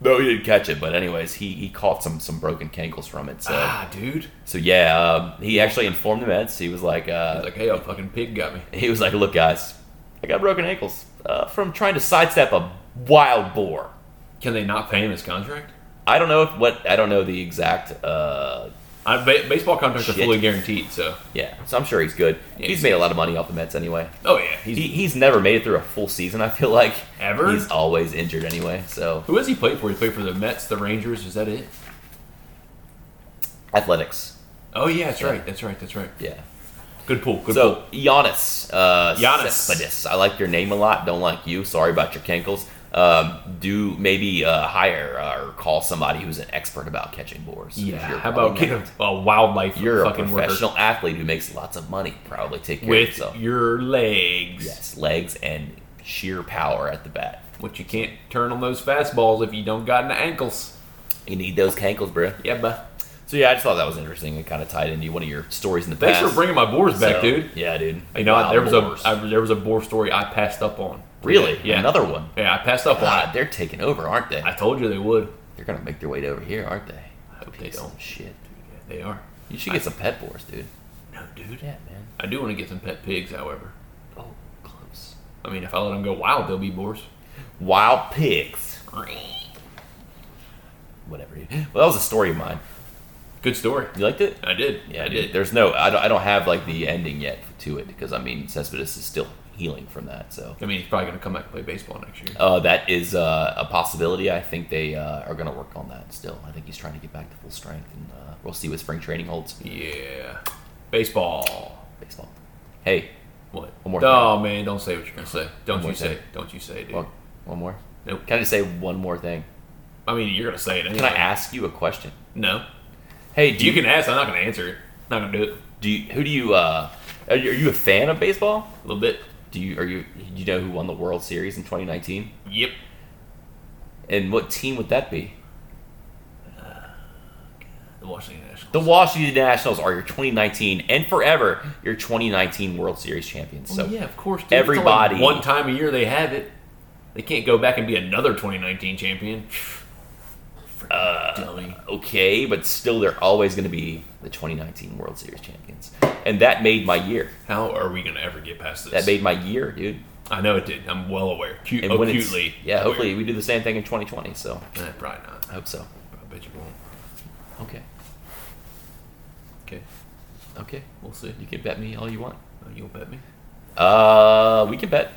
B: No, he didn't catch it, but anyways, he, he caught some some broken cankles from it. So.
A: Ah, dude.
B: So yeah, um, he actually informed the Mets. He was like,
A: I
B: uh,
A: was like, hey, a fucking pig got me.
B: he was like, look, guys, I got broken ankles uh, from trying to sidestep a wild boar.
A: Can they not pay him his contract?
B: I don't know if what I don't know the exact. Uh,
A: I, ba- baseball contracts are
B: Shit.
A: fully guaranteed, so.
B: yeah, so I'm sure he's good.
A: Yeah,
B: he's
A: he's
B: made a lot of money off the Mets anyway.
A: Oh yeah, he's
B: He, he's never made it through a full season. I feel like
A: Ever?
B: He's always injured anyway. So
A: who has he played for? He played for the Mets, the Rangers. Is that it?
B: athletics,
A: Oh yeah, that's
B: Yeah.
A: right. That's right. That's right.
B: yeah.
A: Good pool. Good pool.
B: So Giannis, uh,
A: Giannis.
B: Cespedes. I like your name a lot. Don't like you. Sorry about your cankles. Um, do maybe uh, hire uh, or call somebody who's an expert about catching boars. If
A: Yeah.
B: you're-
A: How about get a, a wildlife
B: You're a
A: fucking
B: professional athlete who makes lots of money. Probably take care
A: worker
B: of
A: with
B: yourself.
A: your legs?
B: yes, legs and sheer power at the bat.
A: But you can't turn on those fastballs if you don't got any ankles.
B: You need those cankles, bro.
A: Yeah, but
B: So yeah, I just thought that was interesting and kind of tied into one of your stories in the
A: thanks
B: past.
A: for bringing my boars back,
B: So,
A: dude.
B: Yeah, dude.
A: You know,
B: Wow,
A: there was
B: boars.
A: a I, there was a boar story I passed up on.
B: really
A: Yeah.
B: another one.
A: Yeah, I passed up on.
B: God,
A: it.
B: they're taking over, aren't they?
A: I told you they would.
B: They're gonna make their way over here, aren't they?
A: hope they
B: Piece
A: don't.
B: of shit.
A: Yeah, they are.
B: You should get some pet boars, dude.
A: No, dude.
B: Yeah, man.
A: I do want to get some pet pigs, however.
B: Oh, close.
A: I mean, if I let them go wild, they'll be boars.
B: Wild pigs. Whatever. Dude. Well, that was a story of mine.
A: Good story.
B: You liked it?
A: I did. I
B: dude.
A: did.
B: There's no. I don't. I don't have like the ending yet to it because I mean, Cespedes is still healing from that. So.
A: I mean, he's probably going to come back and play baseball next year.
B: Uh, that is uh, a possibility. I think they uh, are going to work on that still. I think he's trying to get back to full strength, and uh, we'll see what spring training holds.
A: Yeah. Baseball.
B: Baseball. Hey,
A: What?
B: One more
A: Oh, man, don't say what you're going to say. Don't
B: more
A: you say
B: thing.
A: it. Don't you say it, dude.
B: one, one more.
A: nope.
B: Can I just say one more thing?
A: I mean, you're going to say it anyway.
B: Can I ask you a question?
A: No.
B: Hey, do
A: You can ask. I'm not going to answer it. Not going to do it.
B: Do you, who do you uh are you, are you a fan of baseball?
A: A little bit.
B: Do you are you do you know who won the World Series in 2019?
A: Yep.
B: And what team would that be?
A: The Washington Nationals.
B: The Washington Nationals are your 2019 and forever your 2019 World Series champions. So
A: Well, Oh, yeah, of course. Dude. It's only
B: everybody-
A: one time a year they have it. They can't go back and be another 2019 champion. Uh, dummy.
B: okay, but still they're always going to be the 2019 World Series champions. And that made my year.
A: How are we going to ever get past this?
B: That made my year, dude.
A: I know it did. I'm well aware. Cu-
B: And when it's-
A: acutely.
B: yeah,
A: aware.
B: hopefully we do the same thing in 2020. So
A: Nah, probably not.
B: I hope so.
A: I bet you won't.
B: Okay,
A: Okay,
B: okay.
A: we'll see.
B: You can bet me all you want.
A: Uh, You'll bet me.
B: Uh, we can bet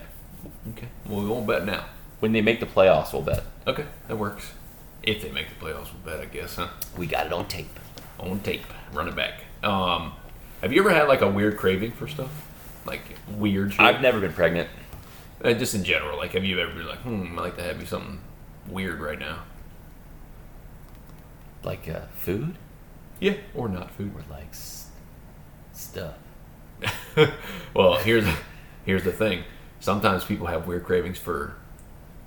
A: Okay. Well, we won't bet now.
B: when they make the playoffs. We'll bet.
A: Okay, that works. if they make the playoffs, we'll bet, I guess, huh?
B: We got it on tape.
A: On tape, running back. Um, have you ever had like a weird craving for stuff? Like weird shit?
B: I've never been pregnant.
A: Uh, just in general, like, have you ever been like, hmm, I like to have me something weird right now?
B: Like uh, food
A: Yeah, or not food.
B: or like s- stuff.
A: *laughs* well, here's here's the thing. Sometimes people have weird cravings for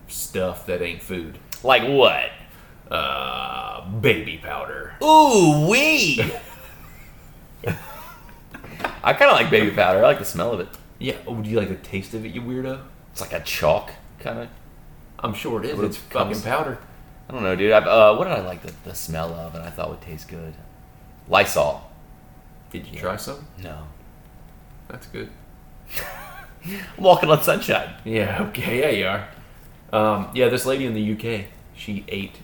A: stuff that ain't food.
B: Like what?
A: Uh, baby powder.
B: Ooh wee. *laughs* I kind of like baby powder. I like the smell of it.
A: Yeah. Oh, do you like the taste of it, you weirdo?
B: It's like a chalk kind of.
A: I'm sure it is.
B: What
A: It's
B: it
A: fucking
B: comes-
A: powder.
B: I don't know, dude. I, uh, what did I like the, the smell of and I thought would taste good? Lysol.
A: Did you try some?
B: No.
A: That's good.
B: I'm walking on sunshine.
A: Yeah. *laughs* Okay. Yeah, you are. Um, yeah, this lady in the UK, she ate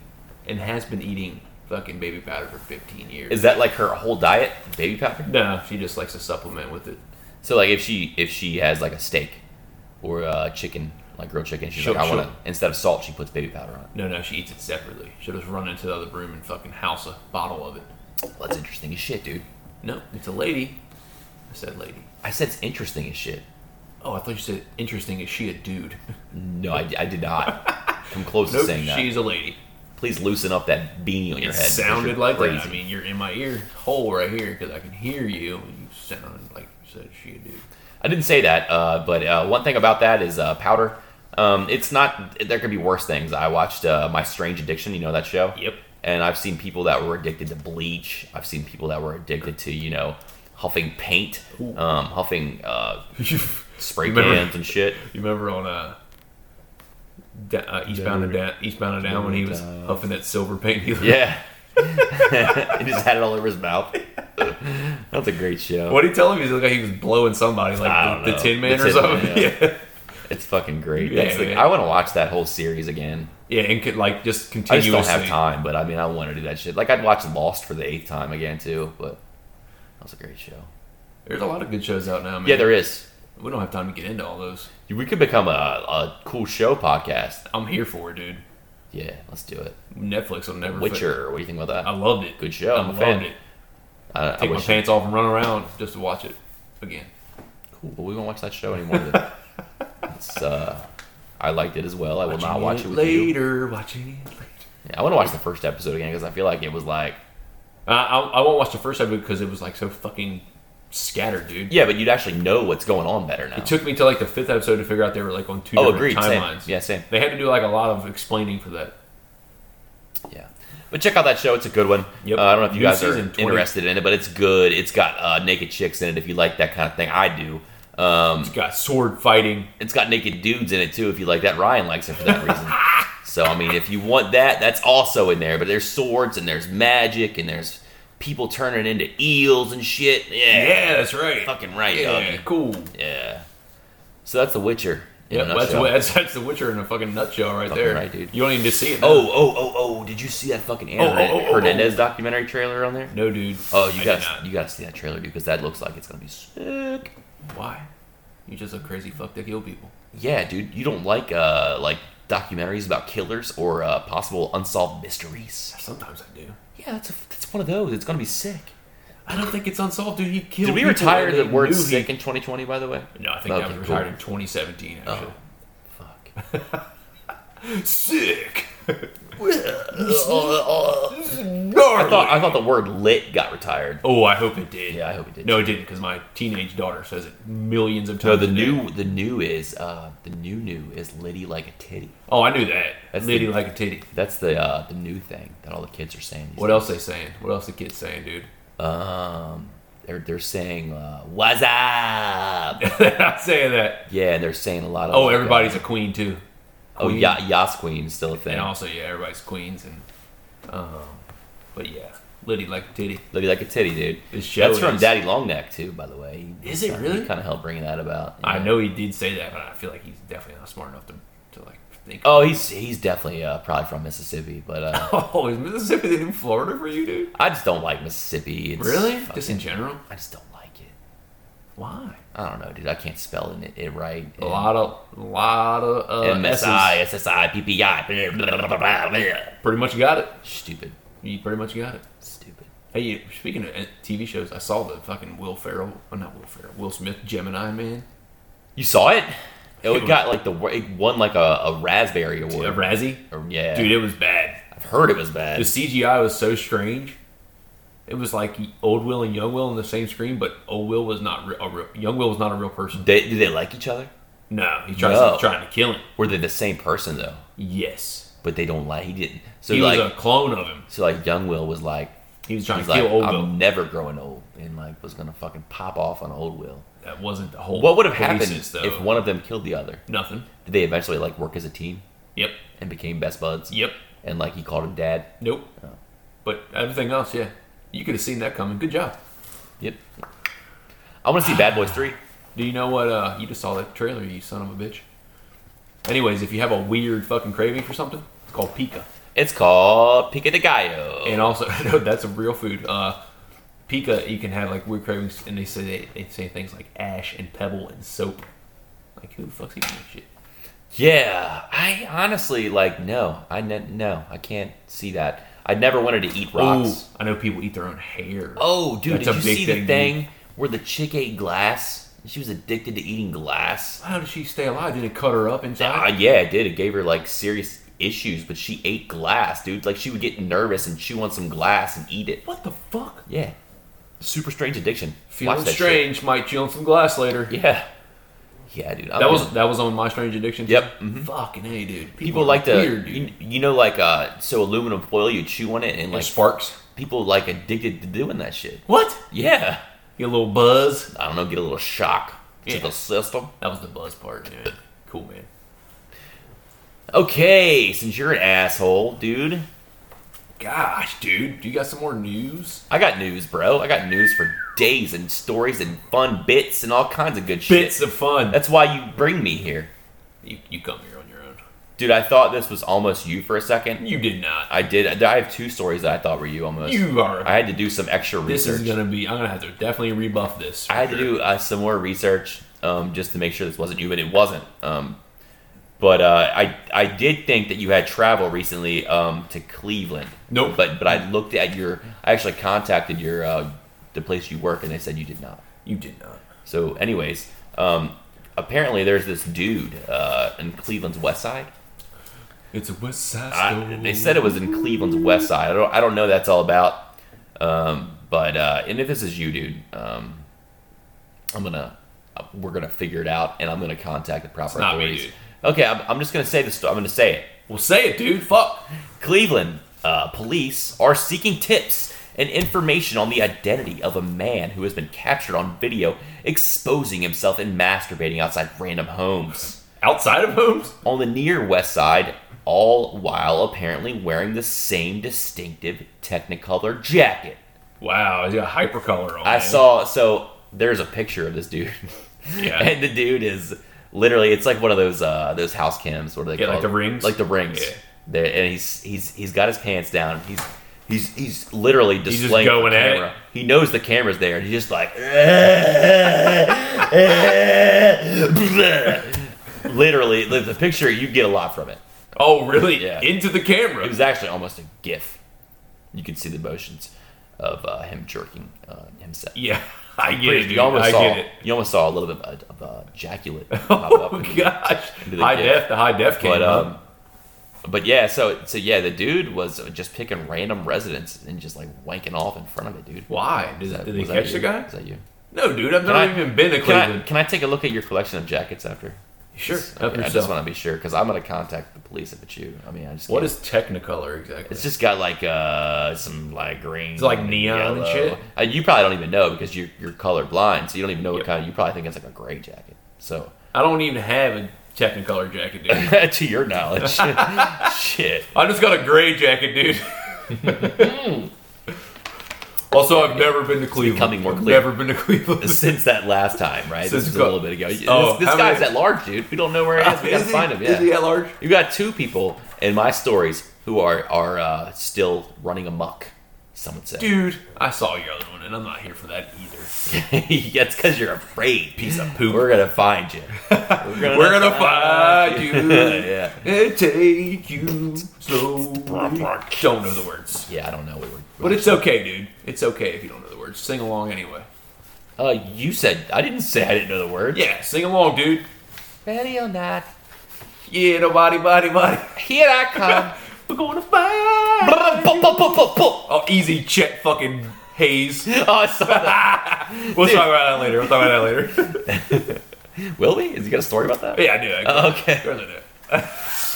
A: and has been eating fucking baby powder for 15 years.
B: Is that like her whole diet? Baby powder.
A: no, she just likes to supplement with it.
B: So like if she if she has like a steak or uh, chicken, like grilled chicken, she's
A: Sure,
B: like I want
A: sure.
B: to instead of salt, she puts baby powder on
A: No, no, she eats it separately. She'll just run into the other room and fucking house a bottle of it.
B: it. Well, that's interesting as shit, dude.
A: No, it's a lady. I said lady.
B: I said it's interesting as shit.
A: Oh, I thought you said interesting. Is she
B: *laughs*
A: a dude?
B: No, I, I did
A: *laughs*
B: not come close
A: Nope,
B: to saying that.
A: she's a lady.
B: Please loosen up that beanie on your
A: It
B: head. 'cause you're
A: sounded like
B: crazy.
A: that. I mean, you're in my ear hole right here because I can hear you, and you sound like you said she a dude.
B: I didn't say that, uh, but uh, one thing about that is uh, powder. Um, it's not. There could be worse things. I watched uh, My Strange Addiction. You know that show.
A: Yep.
B: And I've seen people that were addicted to bleach. I've seen people that were addicted to you know huffing paint,
A: Ooh.
B: um, huffing uh,
A: you
B: *laughs*
A: *laughs*
B: spray
A: remember-
B: cans and shit.
A: You remember on uh, da- uh Eastbound and Down, Eastbound and Down when he was
B: Down.
A: huffing that silver paint? He was-
B: Yeah. *laughs* he just had it all over his mouth. That's a great show.
A: What did he tell him? He looked like he was blowing somebody,
B: I
A: like
B: don't
A: the, the
B: know.
A: Tin Man
B: The
A: or
B: Tin
A: something.
B: Man, yeah.
A: *laughs* yeah.
B: It's fucking great.
A: Yeah,
B: That's the-
A: man.
B: I want to watch that whole series again.
A: Yeah, and could,
B: I
A: like just
B: just
A: continuously.
B: don't have time, but I mean, I want to do that shit. Like, I'd watch Lost for the eighth time again, too, but that was a great show.
A: There's a lot of good shows out now, man.
B: Yeah, there is.
A: we don't have time to get into all those.
B: We could become a, a cool show podcast.
A: I'm here for it, dude.
B: Yeah, let's do it.
A: Netflix will never. fail.
B: Witcher, what do you think about
A: I
B: that?
A: loved it.
B: Good show.
A: I
B: I'm a
A: loved
B: fan.
A: it.
B: I, I
A: Take my
B: wish.
A: pants off and run around just to watch it again.
B: Cool, but we won't watch that show anymore.
A: *laughs*
B: then. it's, uh, I liked it as well. I will not watch it with you.
A: later. Watching it later.
B: Yeah, I want to watch the first episode again because I feel like it was like.
A: Uh, I, I won't watch the first episode because it was like so fucking scattered, dude.
B: Yeah, but you'd actually know what's going on better now.
A: It took me to like the fifth episode to figure out they were like on two
B: oh,
A: different
B: agreed. Same.
A: timelines.
B: Yeah, same.
A: They had to do like a lot of explaining for that.
B: Yeah. But check out that show. It's a good one.
A: Yep.
B: Uh, I don't know if you
A: New
B: guys are
A: season, 20.
B: interested in it, but it's good. It's got uh, naked chicks in it if you like that kind of thing. I do. Um,
A: It's got sword fighting.
B: it's got naked dudes in it too if you like that. Ryan likes it for that
A: *laughs*
B: reason. so, I mean, if you want that, that's also in there. But there's swords and there's magic and there's people turning into eels and shit. Yeah.
A: that's right.
B: Fucking right,
A: yeah,
B: doggy.
A: cool.
B: Yeah. So that's The Witcher. in a
A: Yeah, that's,
B: nutshell.
A: *laughs* that's that's the Witcher in a fucking nutshell right
B: Fucking
A: there.
B: right, dude.
A: You don't even see it.
B: Oh, oh, oh, oh! Did you see that fucking Anna
A: Oh, oh, oh, oh, oh.
B: Hernandez documentary trailer on there?
A: no, dude.
B: Oh,
A: I
B: you
A: did
B: got
A: not.
B: you got to see that trailer, dude, because that looks like it's gonna be sick.
A: Why? You just a crazy fuck that kill people.
B: Yeah, dude, you don't like uh like documentaries about killers or uh, possible unsolved mysteries.
A: Sometimes I do.
B: Yeah, that's a, that's one of those. It's gonna be sick.
A: I don't think it's unsolved, dude. He killed.
B: Did we
A: people
B: retire
A: and
B: the
A: they
B: word
A: knew he-
B: "sick" in 2020? By the way,
A: No, I think
B: Okay,
A: I was
B: cool.
A: retired in 2017. Actually,
B: Oh, *laughs* fuck.
A: sick. *laughs*
B: I thought I thought the word "lit" got retired.
A: oh, I hope it did.
B: Yeah, I hope it did.
A: No, it didn't, because my teenage daughter says it millions of times.
B: No, the
A: a day.
B: new the new is uh the new new is "litty like a titty."
A: Oh, I knew that.
B: That's
A: Liddy
B: the-
A: like a titty.
B: That's the uh, the new thing that all the kids are saying. these
A: What else they saying? What else the kids saying, dude? *laughs*
B: Um, they're they're saying uh, "What's
A: *laughs*
B: up?"
A: They're not saying that.
B: yeah, and they're saying a lot of.
A: Oh,
B: like, uh,
A: everybody's a queen too.
B: oh,
A: queen.
B: ya- Yas Queen is still a thing.
A: And also, yeah, everybody's queens and, um, but yeah, Liddy like a titty.
B: Look like a titty, dude.
A: This show
B: That's from
A: is-
B: Daddy Longneck too, by the way. He-
A: Is it
B: he
A: really?
B: kind of helped bringing that about.
A: I
B: yeah.
A: know he did say that, but I feel like he's definitely not smart enough to, to like think.
B: Oh, he's he's definitely uh, probably from Mississippi, but uh,
A: *laughs* Oh, is Mississippi in Florida for you, dude?
B: I just don't like Mississippi. It's
A: Really?
B: fucking-
A: Just in general?
B: I just don't like it.
A: Why?
B: I don't know, dude. I can't spell it, it right.
A: A lot of, a lot of uh,
B: MSI,
A: S's.
B: SSI, PPI. blah, blah, blah, blah, blah, blah.
A: Pretty much got it.
B: Stupid.
A: You pretty much got it.
B: Stupid.
A: Hey, you- speaking of uh, TV shows, I saw the fucking Will Ferrell, well, not Will Ferrell, Will Smith Gemini Man,
B: You saw
A: *laughs*
B: it? Oh, It,
A: It
B: got like the it won like a, a raspberry
A: a
B: award.
A: uh, Razzie.
B: Or- yeah,
A: Dude, it was bad.
B: I've heard it was bad.
A: The CGI was so strange. It was like old Will and young Will on the same screen, but old Will was not re- a real, young Will was not a real person.
B: They, do they like each other?
A: No, he tries
B: No.
A: he's trying to kill him.
B: Were they the same person though?
A: Yes,
B: But they don't like. He didn't. So
A: he
B: like,
A: was a clone of him.
B: so like, young Will was like,
A: He was trying
B: he's
A: to kill
B: like,
A: old
B: I'm
A: Will.
B: never growing old, and like was gonna fucking pop off on old Will.
A: That wasn't the whole.
B: What would have happened
A: cohesiveness, though.
B: if one of them killed the other?
A: Nothing.
B: Did they eventually like work as a team
A: Yep.
B: and became best buds?
A: Yep.
B: And like he called him dad.
A: Nope. But everything else, yeah, you could have seen that coming. Good job.
B: Yep. I want to see Bad Boys Three.
A: Do you know what? Uh, you just saw that trailer, you son of a bitch. Anyways, if you have a weird fucking craving for something, it's called pica.
B: It's called Pica de Gallo.
A: And also, *laughs* no, that's a real food. Uh, pica, you can have like weird cravings, and they say they, they say things like ash and pebble and soap. Like who the fuck's eating that shit?
B: Yeah, I honestly like no, I ne- no, I can't see that. I never wanted to eat rocks.
A: Ooh, I know people eat their own hair.
B: Oh, dude,
A: That's
B: did
A: a
B: you
A: big
B: see the
A: dude.
B: thing where the chick ate glass? She was addicted to eating glass.
A: How did she stay alive? Did it cut her up
B: Uh,
A: inside?
B: yeah, it did. It gave her like serious issues, but she ate glass, dude. Like she would get nervous and chew on some glass and eat it.
A: What the fuck?
B: Yeah, super strange addiction.
A: Feeling
B: that shit.
A: strange. Might chew on some glass later.
B: Yeah, yeah, dude. I'm
A: That was
B: gonna-
A: that was on my strange addiction.
B: Yep, mm-hmm.
A: Fucking hey, dude.
B: people
A: are
B: like to
A: weird, dude.
B: you, you know like uh so aluminum foil you chew on it and
A: like
B: like
A: sparks.
B: people like addicted to doing that shit.
A: What?
B: Yeah.
A: Get a little buzz.
B: I don't know, get a little shock to
A: Yeah.
B: the system.
A: That was the buzz part. Yeah. Cool, man.
B: Okay, since you're an asshole, dude,
A: Gosh, dude, do you got some more news?
B: I got news, bro. I got news for days and stories and fun bits and all kinds of good shit.
A: Bits of fun.
B: That's why you bring me here.
A: you, you come here on your own.
B: Dude, I thought this was almost you for a second.
A: You did not.
B: I did. I have two stories that I thought were you almost.
A: You
B: I
A: are.
B: had to do some extra
A: This
B: research.
A: is gonna be. I'm gonna have to definitely rebuff this.
B: I had to
A: for
B: do uh, some more research um, just to make sure this wasn't you, but it wasn't. Um, but uh, I I did think that you had travel recently um, to Cleveland.
A: Nope.
B: But but I looked at your. I actually contacted your uh, the place you work, and they said you did not.
A: You did not.
B: So, anyways, um, apparently there's this dude uh, in Cleveland's West Side.
A: It's a West Side
B: I,
A: Story.
B: they said it was in Cleveland's West Side. I don't I don't know what that's all about. Um, but uh, and if this is you, dude, um, I'm gonna uh, we're gonna figure it out, and I'm gonna contact the proper
A: not me,
B: authorities.
A: dude.
B: Okay, I'm, I'm just gonna say this. I'm gonna say it.
A: Well, say it, dude. Fuck.
B: Cleveland uh, police are seeking tips and information on the identity of a man who has been captured on video exposing himself and masturbating outside random homes
A: Outside of homes.
B: on the near west side, all while apparently wearing the same distinctive Technicolor jacket.
A: Wow, he's got hypercolor on.
B: I
A: man.
B: saw, so there's a picture of this dude. *laughs*
A: Yeah.
B: and the dude is literally, it's like one of those uh, those house cams. What are they
A: Yeah, like
B: called?
A: the rings?
B: Like the rings.
A: Yeah.
B: There- and he's he's he's got his pants down. He's he's he's literally
A: just
B: displaying
A: going
B: the
A: at it.
B: camera. He knows the camera's there, and he's just
A: *laughs*
B: like, *laughs* literally. The the picture you get a lot from it.
A: Oh, really?
B: Yeah.
A: Into the
B: It
A: camera.
B: was actually almost a gif. You could see the motions of uh, him jerking uh, himself.
A: Yeah, *laughs* I get
B: Pretty-
A: it. Dude.
B: you almost
A: I
B: saw,
A: get it.
B: You almost saw a little bit of, of uh,
A: *laughs*
B: ejaculate pop up.
A: Oh
B: in the-
A: gosh,
B: the
A: high
B: gift.
A: def, the high def came
B: But
A: up.
B: um, but yeah, so so yeah, the dude was just picking random residents and just like wanking off in front of it, dude.
A: Why did,
B: Is that-
A: did they
B: was that
A: catch the
B: you?
A: guy?
B: Is that you?
A: No, dude, I've
B: Can
A: never
B: I-
A: even been to
B: Can I,
A: Cleveland.
B: can I take a look at your collection of jackets after?
A: sure, help
B: Okay, I just
A: yourself.
B: want to be sure because I'm gonna contact the police if it's you. I mean, I just
A: What
B: can't-
A: is Technicolor exactly?
B: It's just got like uh some like green, it's
A: like neon and shit?
B: you probably don't even know because you're you're color blind, so you don't even know what
A: Yep.
B: kind. Of, you probably think it's like a gray jacket. So *laughs*
A: I don't even have a Technicolor jacket, dude.
B: to your knowledge,
A: *laughs*
B: shit.
A: I just got a gray jacket, dude. *laughs* also, I've never been to Cleveland.
B: becoming more
A: I've
B: clear.
A: Never been to Cleveland.
B: Since that last time, right?
A: Since
B: this was a
A: go-
B: little bit ago.
A: Oh,
B: this this
A: how
B: guy's
A: many- Uh,
B: at large, dude. We don't know where he is. We gotta
A: Is he-
B: find him.
A: Is he
B: Yeah,
A: at large?
B: you got two people in my stories who are are uh, still running amok. Someone said, *laughs*
A: Dude, I saw your other one, and I'm not here for that either.
B: "That's because you're afraid, piece of poop. We're gonna find
A: *laughs*
B: you. We're gonna,
A: We're gonna find you
B: *laughs* yeah,
A: and take you slowly. Don't know the words,
B: yeah. I don't know. We were,
A: but it's okay, dude. It's okay if you don't know the words. Sing along anyway.
B: uh, you said I didn't say I didn't know the words.
A: Yeah, sing along, dude.
B: ready or not,
A: Yeah, nobody, body,
B: *laughs*
A: body.
B: here I
A: *laughs*
B: come.
A: We're gonna find.
B: oh,
A: Oh, easy, Chet fucking Hayes.
B: I saw that.
A: We'll talk about that later. We'll talk about that later. *laughs*
B: Will we? Is he got a story about that?
A: yeah, I do. I
B: Oh, *laughs* okay.
A: really do.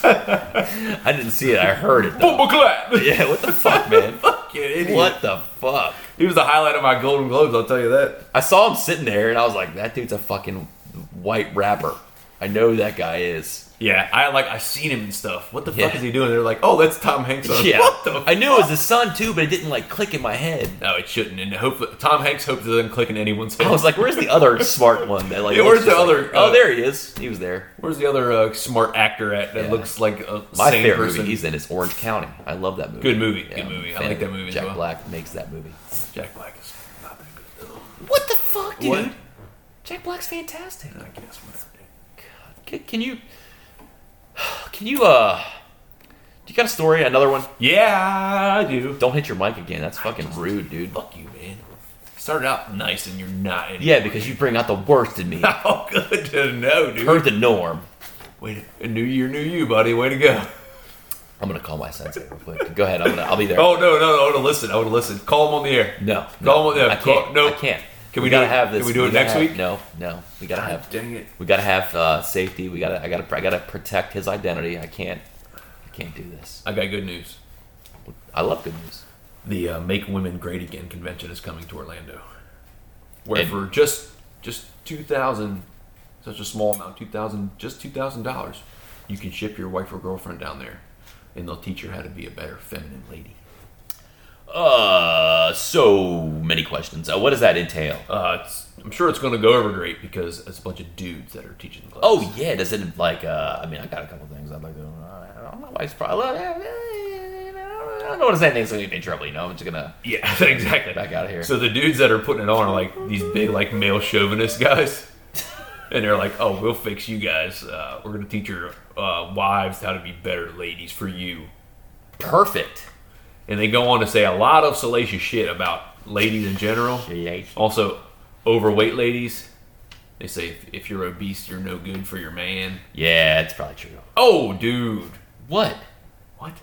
B: I didn't see it. I heard it.
A: *laughs*
B: Though.
A: Boom, clap.
B: Yeah. What the fuck,
A: *laughs*
B: man?
A: Fucking idiot.
B: what the fuck?
A: He was the highlight of my Golden Globes. I'll tell you that.
B: I saw him sitting there, and I was like, "That dude's a fucking white rapper. I know who that guy is."
A: Yeah, I like I seen him and stuff. What the
B: Yeah.
A: fuck is he doing? They're like, oh, that's Tom Hanks. I was like,
B: Yeah,
A: What the?
B: I knew it was his son too, but it didn't like click in my head.
A: no, it shouldn't. And hopefully, Tom Hanks hopes it doesn't click in anyone's head.
B: I was like, "Where's the other smart one?" That like,
A: Yeah, where's
B: looks just
A: the
B: like-
A: other,
B: oh,
A: uh,
B: there he is. He was there.
A: Where's the other uh, smart actor at that
B: Yeah.
A: looks like a
B: My
A: sane
B: favorite
A: person?
B: movie he's in is Orange County. I love that movie.
A: Good movie, good
B: I'm a
A: movie. I
B: fan
A: like
B: of
A: that
B: it.
A: movie as
B: Jack
A: well.
B: Black makes that movie.
A: Jack Black is not that good though.
B: What the fuck, dude?
A: What?
B: Jack Black's fantastic.
A: I guess whatever. dude.
B: Can, can you? *sighs* Can you? Uh, do you got a story? Another one?
A: Yeah, I do.
B: Don't hit your mic again. That's fucking rude, dude.
A: Fuck you, man. Started out nice and you're not. Anymore.
B: Yeah, because you bring out the worst in
A: *laughs*
B: me.
A: Oh, good to know, dude.
B: Heard the norm.
A: Wait, a new year, new you, buddy. Way to go.
B: I'm gonna call my sensei real quick. Go ahead. I'm gonna. I'll
A: *laughs*
B: be there.
A: Oh no, no, I would have listened. I would have listened. Call him on the air.
B: No,
A: Call
B: no,
A: him on the
B: I
A: air. Call-
B: can't.
A: no,
B: I can't.
A: Can
B: we,
A: we do
B: gotta
A: it-
B: have this?
A: can we do it
B: gotta
A: next
B: have-
A: week?
B: No, no. We gotta
A: God
B: have.
A: dang it.
B: We gotta have uh, safety. We gotta. I gotta. I gotta protect his identity. I can't. I can't do this.
A: I got good news.
B: I love good news.
A: The uh, Make Women Great Again convention is coming to Orlando, where
B: And-
A: for just just two thousand, such a small amount, two thousand, just two thousand dollars, you can ship your wife or girlfriend down there, and they'll teach her how to be a better feminine lady.
B: Uh, so many questions. Uh, what does that entail?
A: Uh, it's, I'm sure it's going to go over great because it's a bunch of dudes that are teaching the class.
B: Oh yeah, does it like? Uh, I mean, I got a couple things I'd like to. uh, I don't know why it's probably. I don't know what to say. Things gonna get me in trouble. You know, I'm just gonna. *laughs*
A: yeah, exactly.
B: Back outta here.
A: So the dudes that are putting it on are like these big like male chauvinist
B: *laughs*
A: guys, and they're like, "Oh, we'll fix you guys. Uh, we're going to teach your uh, wives how to be better ladies for you."
B: Perfect.
A: And they go on to say a lot of salacious shit about ladies in general. Also, overweight ladies. They say if, if you're obese, you're no good for your man.
B: Yeah, it's probably true.
A: Oh, dude,
B: What?
A: what?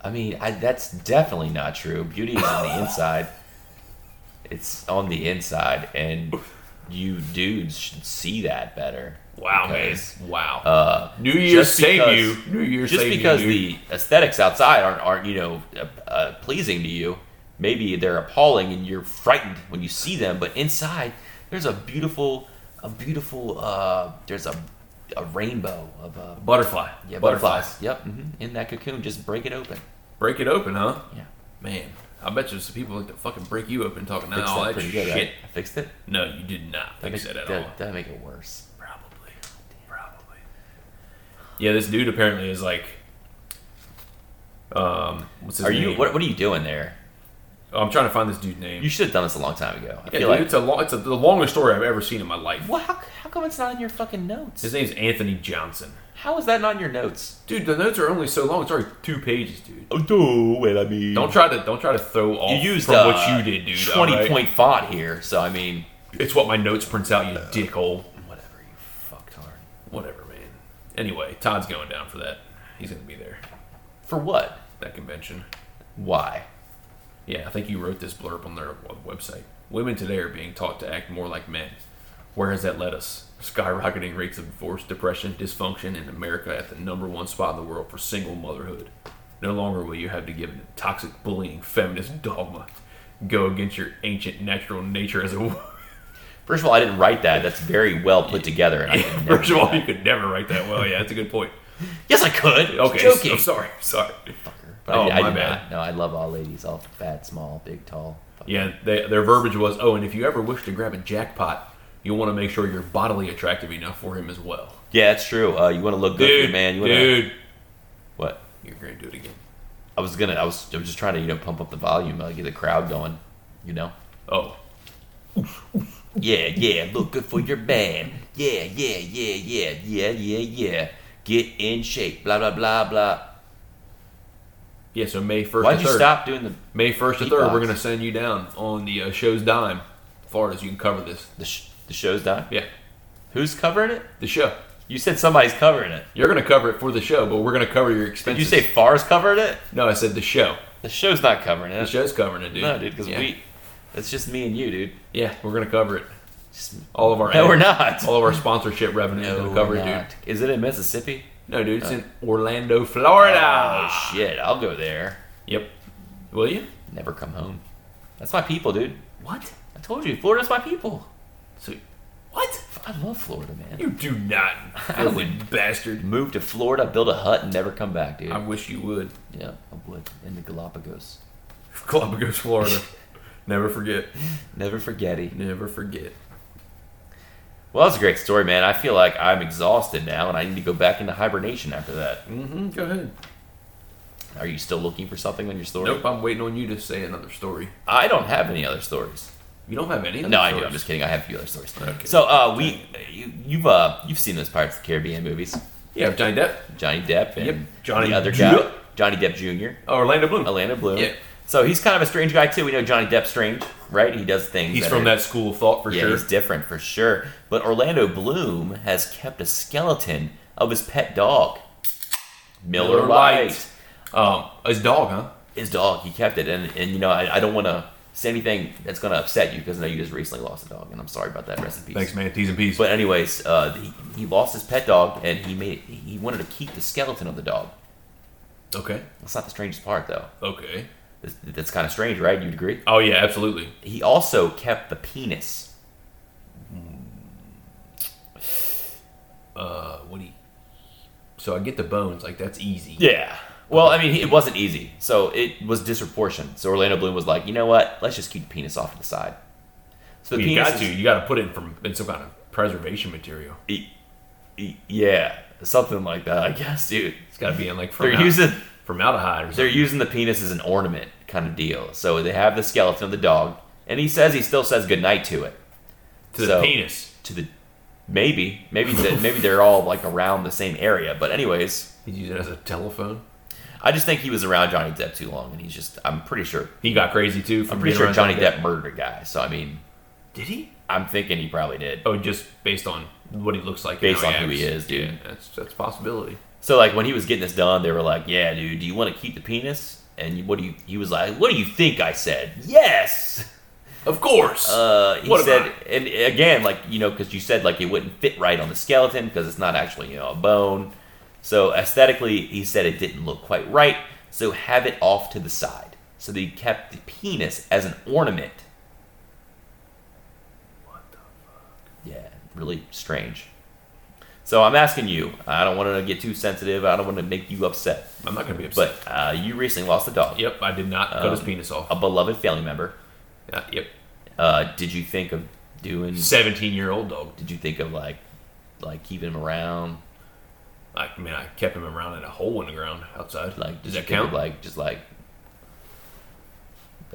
B: I mean, I, that's definitely not true. Beauty is on the inside. It's on the inside, and you dudes should see that better.
A: Wow,
B: Because,
A: man. Wow.
B: Uh,
A: New Year's
B: just
A: save
B: because-
A: you. New Year's
B: just
A: save
B: because
A: you. dude.
B: the aesthetics outside aren't, aren't you know uh, uh, pleasing to you, maybe they're appalling and you're frightened when you see them. But inside, there's a beautiful, a beautiful. Uh, there's a, a rainbow of uh,
A: butterfly.
B: yeah butterflies. Yep, hmm in that cocoon, just break it open.
A: Break it open, huh?
B: Yeah,
A: Man, I bet you some people like to fucking break you open talking now
B: Fixed
A: all
B: that
A: that
B: pretty
A: shit.
B: good, right? I fixed it.
A: No, you did not
B: That
A: fix
B: make-
A: that at
B: that,
A: all.
B: That make it worse.
A: Probably. Probably. Yeah, this dude apparently is like. Um, what's his
B: Are
A: name?
B: you? What, what are you doing there?
A: Oh, I'm trying to find this dude's name.
B: You should have done this a long time ago. I
A: yeah,
B: feel
A: dude,
B: like.
A: it's a long, it's a, the longest story I've ever seen in my life.
B: well, how, how come it's not in your fucking notes?
A: His name's Anthony Johnson.
B: how is that not in your notes?
A: Dude, the notes are only so long. It's already two pages, dude.
B: Oh, do what I mean.
A: Don't try to don't try to throw
B: You
A: off
B: used
A: from
B: uh,
A: what you did, dude.
B: Twenty
A: alright?
B: point font here, so I mean,
A: It's what my notes prints out, you dickhole.
B: whatever you fucktard.
A: Whatever, man. Anyway, Todd's going down for that. He's going to be there.
B: For what?
A: That convention.
B: Why?
A: Yeah, I think you wrote this blurb on their w- website. Women today are being taught to act more like men. Where has that led us? Skyrocketing rates of divorce, depression, dysfunction in America at the number one spot in the world for single motherhood. No longer will you have to give in to toxic, bullying, feminist dogma. Go against your ancient natural nature as a woman.
B: First of all, I didn't write that. That's very well put together. *laughs*
A: *laughs*
B: And I could never
A: First of
B: do
A: all,
B: that.
A: you could never write that well. Yeah, that's a good point.
B: yes, I could.
A: Okay,
B: Okay, joking.
A: I'm sorry. I'm sorry.
B: But I,
A: Oh,
B: did- I
A: my
B: did
A: bad.
B: not. No, I love all ladies, all fat, small, big, tall.
A: Yeah, they, their verbiage was, "Oh, and if you ever wish to grab a jackpot, you'll want to make sure you're bodily attractive enough for him as well."
B: Yeah, that's true. Uh, you want to look good, for your
A: Dude,
B: man. You want to
A: dude,
B: what?
A: you're gonna do it again.
B: I was gonna. I was. I was just trying to you know pump up the volume, uh, get the crowd going. You know.
A: Oh,
B: Yeah, yeah. Look good for your man. Yeah, yeah, yeah, yeah, yeah, yeah, yeah. Get in shape. Blah blah blah blah.
A: yeah. So May first.
B: Why'd you stop doing the
A: May first to third,
B: Beatbox.
A: we're gonna send you down on the uh, show's dime, as far as you can cover this.
B: the, sh- the show's done?
A: Yeah,
B: Who's covering it?
A: the show.
B: You said somebody's covering it.
A: You're gonna cover it for the show, but we're gonna cover your
B: Did
A: expenses.
B: you say Far's covering it?
A: no? I said the show.
B: The show's not covering
A: The
B: it.
A: show's covering it, dude.
B: no, dude, because
A: yeah.
B: we. That's just me and you, dude.
A: yeah, we're gonna cover it.
B: Just,
A: All of our
B: no,
A: ad-
B: we're not.
A: All of our sponsorship revenue is
B: No,
A: gonna cover
B: we're
A: it, dude.
B: not. Is it in Mississippi?
A: No, dude, it's in Orlando, Florida.
B: Oh shit! I'll go there.
A: Yep. Will you?
B: Never come home. That's my people, dude.
A: What?
B: I told you, Florida's my people.
A: So, what?
B: I love Florida, man.
A: You do not,
B: *laughs* I
A: filthy bastard.
B: Move to Florida, build a hut, and never come back, dude.
A: I wish you would.
B: yeah, I would. In the Galapagos. *laughs*
A: Galapagos, Florida. Never forget.
B: Never forgetty.
A: Never forget.
B: Well, that's a great story, man. I feel like I'm exhausted now, and I need to go back into hibernation after that.
A: Mm-hmm. Go ahead.
B: Are you still looking for something on your story?
A: Nope, I'm waiting on you to say another story.
B: I don't have any other stories.
A: You don't have any. Other
B: No, I
A: stories?
B: do. I'm just kidding. I have a few other stories.
A: Okay.
B: So, uh, we, you, you've uh, you've seen those Pirates of the Caribbean movies,
A: yeah, Johnny Depp,
B: Johnny Depp and
A: Yep. Johnny
B: the other guy,
A: Depp.
B: Johnny Depp Jr.
A: oh, Orlando Bloom.
B: Orlando Bloom.
A: Yeah.
B: So he's kind of a strange guy too. We know Johnny Depp's strange, right? He does things.
A: He's
B: that
A: from
B: are-
A: that school of thought for
B: yeah,
A: sure.
B: he's different for sure. But Orlando Bloom has kept a skeleton of his pet dog, Miller,
A: Miller
B: Lite.
A: Lite. Um, his dog, huh?
B: His dog. He kept it, and and you know I, I don't want to say anything that's going to upset you because I know you just recently lost a dog, and I'm sorry about that. Rest in peace.
A: Thanks, man. Tease and peace.
B: But anyways, uh, he, he lost his pet dog, and he made he wanted to keep the skeleton of the dog.
A: okay.
B: That's not the strangest part, though.
A: Okay.
B: That's, that's kind of strange, right? You'd agree.
A: Oh yeah, absolutely.
B: He also kept the penis.
A: Uh, what do you? So I get the bones. Like that's easy.
B: Yeah. Well, I mean, he- it wasn't easy, so it was disproportioned. So Orlando Bloom was like, you know what? Let's just keep the penis off to the side. So the
A: you
B: penis
A: got to.
B: is-
A: You got to put it in from in some kind of preservation material.
B: e- e- yeah, something like that, I guess, dude.
A: It's got to be in like
B: They're
A: formal-
B: using
A: formaldehyde or
B: they're
A: something.
B: using the penis as an ornament kind of deal. So they have the skeleton of the dog, and he says he still says goodnight to it.
A: To the
B: so-
A: penis.
B: To the maybe maybe
A: *laughs*
B: the, maybe they're all like around the same area. But anyways,
A: He's using it as a telephone.
B: I just think he was around Johnny Depp too long, and he's just I'm pretty sure
A: He got crazy too. From
B: I'm pretty
A: being
B: sure
A: around
B: Johnny Depp murdered a guy. So I mean.
A: Did he?
B: I'm thinking he probably did.
A: Oh, just based on what he looks like.
B: Based
A: and
B: on who he
A: acts.
B: is, dude.
A: Yeah, that's that's a possibility.
B: So like when he was getting this done, they were like, "Yeah, dude, do you want to keep the penis?" And you- what do you? He was like, "What do you think?" I said, "Yes."
A: Of course.
B: Uh, he
A: What
B: said,
A: about
B: and again, like you know, because you said like it wouldn't fit right on the skeleton because it's not actually you know a bone. So aesthetically, he said it didn't look quite right. So have it off to the side. So they kept the penis as an ornament.
A: What the
B: Yeah, really strange. So I'm asking you. I don't want to get too sensitive. I don't want to make you upset.
A: I'm not gonna be upset.
B: But um, uh, you recently lost a dog,
A: yep, I did not cut his penis off.
B: a beloved family member.
A: Uh, yep,
B: Uh, did you think of doing?
A: seventeen-year-old dog.
B: Did you think of like, like keeping him around?
A: I mean, I kept him around in a hole in the ground outside.
B: Like,
A: does
B: did you
A: that
B: think of,
A: count?
B: like, just like.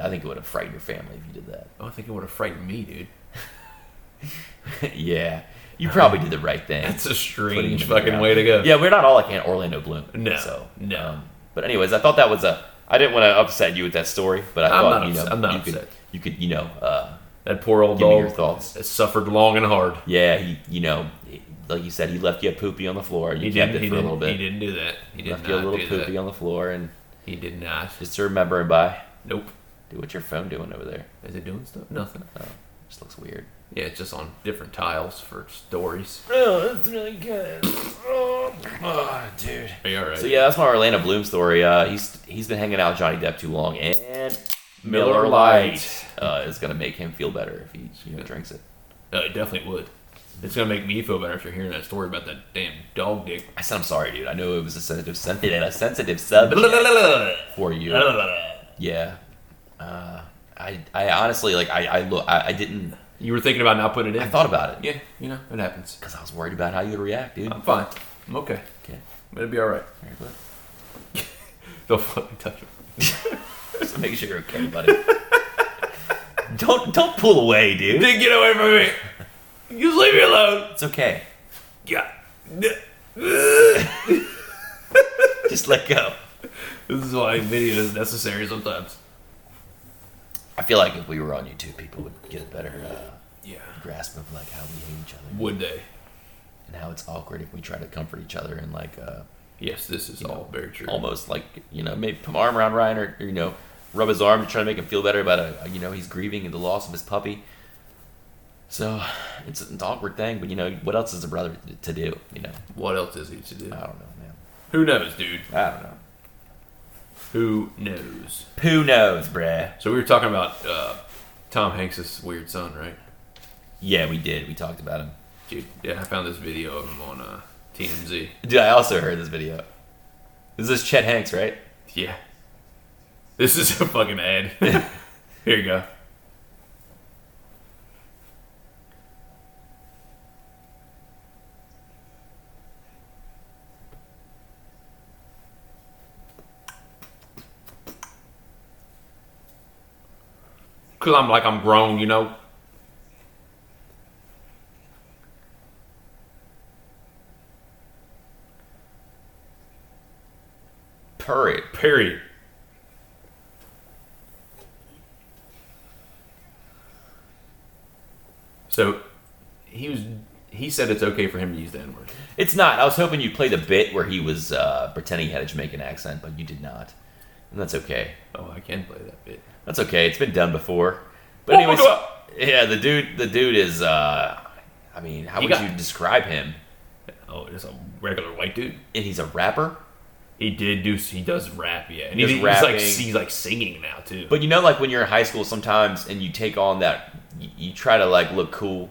B: I think it would have frightened your family if you did
A: *laughs*
B: that.
A: Oh, I think it would have frightened me, dude.
B: yeah, you probably did the right thing.
A: That's a
B: putting him
A: strange
B: in the
A: fucking
B: ground.
A: way to go.
B: Yeah, we're not all like an Orlando Bloom.
A: No,
B: so um,
A: no.
B: but anyways, I thought that was a. I didn't want to upset you with that story, but I
A: I'm
B: thought
A: not
B: you know
A: upset- I'm not
B: you could
A: upset.
B: you could you know uh,
A: That poor old
B: give me your
A: dog
B: thoughts.
A: has suffered long and hard.
B: Yeah, he, you know, he- like you said, he left you a poopy on the floor. You
A: He
B: kept
A: didn't.
B: it
A: He
B: for a little
A: didn't, he
B: bit.
A: didn't do that. He did
B: left
A: not
B: you a little
A: do that.
B: poopy on the floor, and
A: He did not.
B: just to remember and by.
A: Nope.
B: Dude, what's your phone doing over there?
A: Is it doing stuff? Nothing.
B: Oh, this looks weird.
A: Yeah, it's just on different tiles for stories.
B: Oh, that's really good. Oh, dude.
A: Are you all right?
B: So yeah, that's my Orlando Bloom story. Uh, he's he's been hanging out with Johnny Depp too long, and Miller
A: Miller
B: Lite uh, is gonna make him feel better if he you know, drinks it.
A: Uh, it definitely would. It's gonna make me feel better after hearing that story about that damn dog dick.
B: I said I'm sorry, dude. I know it was a sensitive, sensitive, a sensitive
A: *laughs*
B: subject for you. Uh, Yeah. Uh, I I honestly like I I look I, I didn't
A: You were thinking about not putting it in.
B: I thought about it
A: yeah, you know it happens.
B: because I was worried
A: Oh.
B: about how you'd react, dude.
A: I'm fine. I'm okay.
B: Okay.
A: It'll be all right.
B: All right, but-
A: They'll fucking touch *laughs* them.
B: *laughs* Just make sure you're okay,
A: *laughs*
B: buddy. don't don't pull away, dude.
A: Then get away from me. Just leave me alone.
B: It's okay.
A: *laughs* Yeah. This
B: Just let go.
A: is why video is necessary sometimes.
B: I feel like if we were on YouTube, people would get a better uh,
A: Yeah.
B: grasp of like how we hate each other
A: Would they?
B: and how it's awkward if we try to comfort each other and like uh,
A: Yes, this is all very true.
B: almost like you know maybe put my arm around Ryan or, or, you know rub his arm to try to make him feel better about a you know he's grieving the loss of his puppy. So it's an awkward thing, but you know what else is a brother to do? You know
A: What else is he to do?
B: I don't know, man.
A: Who knows, dude?
B: I don't know.
A: Who knows?
B: Who knows, bruh?
A: So we were talking about uh, Tom Hanks' weird son, right?
B: Yeah, we did. We talked about him.
A: Dude, yeah, I found this video of him on uh, TMZ.
B: Dude, I also heard this video. This is Chet Hanks, right?
A: Yeah. This is a fucking ad. *laughs* Here you go. Cause I'm like I'm grown, you know.
B: Purry.
A: Period. So he was he said it's okay for him to use the N word.
B: It's not. I was hoping you'd play the bit where he was uh, pretending he had a Jamaican accent, but you did not. And that's okay.
A: Oh, I can play that bit.
B: That's okay. It's been done before. But
A: Oh,
B: anyways,
A: my God.
B: yeah, the dude, the dude is. Uh, I mean, how
A: He
B: would
A: got-
B: you describe him?
A: Oh, just a regular white dude.
B: And he's a rapper.
A: He did do he does rap, yeah. And
B: Does
A: he, he's like
B: rapping.
A: he's like singing now too.
B: But you know, like when you're in high school, sometimes and you take on that, you, you try to like look cool,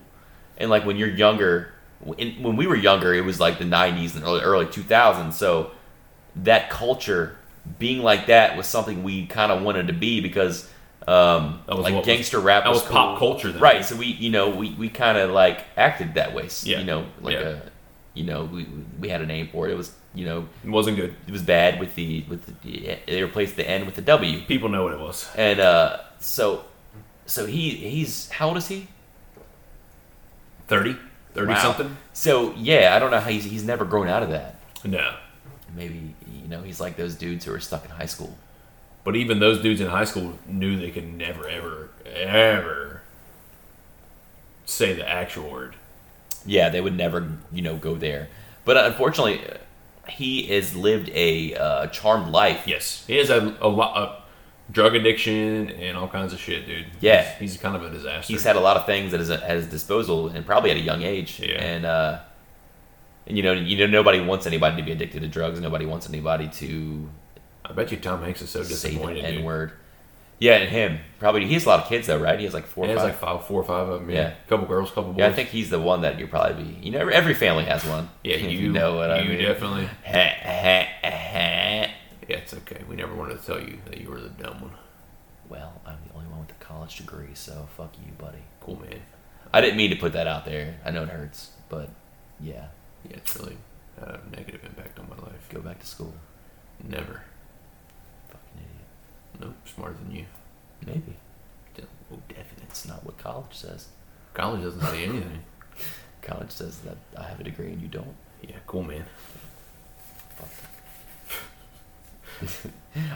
B: and like when you're younger, when when we were younger, it was like the '90s and early, early 2000s. So that culture, being like that, was something we kind of wanted to be because, um,
A: That was what
B: like
A: was-
B: gangster rap
A: that
B: was,
A: was
B: cool.
A: pop culture then.
B: right? So we, you know, we we kind of like acted that way. s-
A: Yeah.
B: You know, like
A: Yeah.
B: a, you know, we we had a name for it. It was, you know,
A: it wasn't good.
B: it was bad with the with the, they replaced the N with the W.
A: People know what it was.
B: And uh, so, so he he's how old is he?
A: 30? 30
B: Wow.
A: something?
B: So yeah, I don't know how he's he's never grown out of that.
A: No.
B: Maybe you know he's like those dudes who are stuck in high school.
A: But even those dudes in high school knew they could never ever ever say the actual word.
B: Yeah, they would never you know go there. But unfortunately, uh, he has lived a uh, charmed life.
A: Yes. He has a, a lot of drug addiction and all kinds of shit, dude.
B: Yeah.
A: He's, he's kind of a disaster.
B: He's had a lot of things at his, uh, at his disposal, and probably at a young age.
A: Yeah.
B: And uh, and you know you know nobody wants anybody to be addicted to drugs. Nobody wants anybody to
A: I bet you Tom Hanks is so
B: say the
A: disappointed.
B: N
A: Dude.
B: word. Yeah, and him probably he has a lot of kids though, right? He has like four.
A: He
B: Or
A: has
B: five.
A: like five, four or five of them. Yeah.
B: Yeah.
A: couple girls, couple boys.
B: Yeah, I think he's the one that you probably be. You know, every family has one.
A: Yeah,
B: If
A: you,
B: know what I mean.
A: You definitely.
B: Ha, ha, ha.
A: Yeah, it's okay. We never wanted to tell you that you were the dumb one.
B: Well, I'm the only one with a college degree, so fuck you, buddy.
A: Cool, man.
B: I didn't mean to put that out there. I know it hurts, but yeah,
A: Yeah, it's really had a negative impact on my life.
B: go back to school.
A: Never.
B: Fucking idiot.
A: No, smarter than you.
B: Maybe
A: De- Oh, definitely.
B: it's not what college says.
A: College doesn't say anything.
B: College says that I have a degree and you don't.
A: *laughs* yeah, cool, man.
B: Fuck.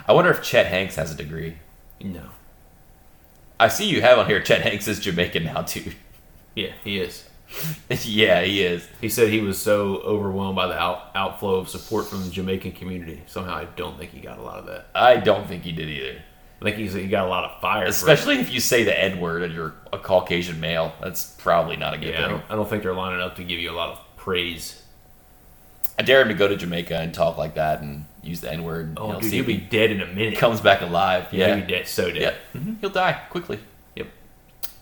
B: I wonder if Chet Hanks has a degree.
A: No.
B: I see you have on here. Chet Hanks is Jamaican now, dude.
A: Yeah, he is.
B: *laughs* yeah, he is.
A: He said he was so overwhelmed by the out- outflow of support from the Jamaican community. Somehow, I don't think he got a lot of that.
B: I don't think he did either.
A: I think he's, he got a lot of fire. for-
B: Especially if you say the N word and you're a Caucasian male. That's probably not a good
A: yeah, I
B: thing.
A: don't, I don't think they're lining up to give you a lot of praise.
B: I dare him to go to Jamaica and talk like that and use the N word.
A: Oh,
B: He'll
A: dude,
B: see
A: you'll
B: if
A: be
B: he
A: dead in a minute.
B: comes back alive.
A: yeah,
B: Yeah.
A: you'll be dead, so dead.
B: yeah. hmm He'll die quickly.
A: Yep.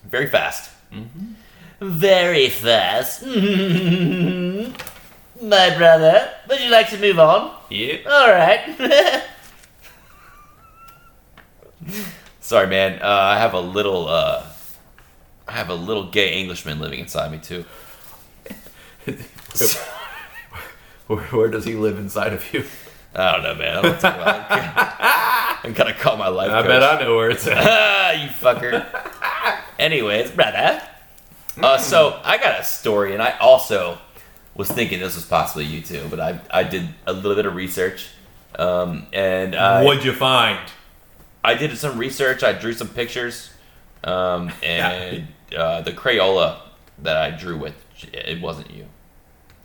B: Very fast. Very fast. My brother, would you like to move on?
A: Yeah. *laughs*
B: All right. *laughs* Sorry, man. Uh, I have a little, uh, I have a little gay Englishman living inside me too.
A: *laughs* where, where does he live inside of you?
B: I don't know, man. I don't talk *laughs* about that. I'm gonna call my life
A: I
B: coach.
A: bet I know where it's *laughs* at.
B: Ah, *laughs* you fucker. Anyways, brother. Uh, so I got a story, and I also was thinking this was possibly you too, but I I did a little bit of research, um, and I,
A: What'd you find?
B: I did some research. I drew some pictures, um, and uh, the Crayola that I drew with, it wasn't you.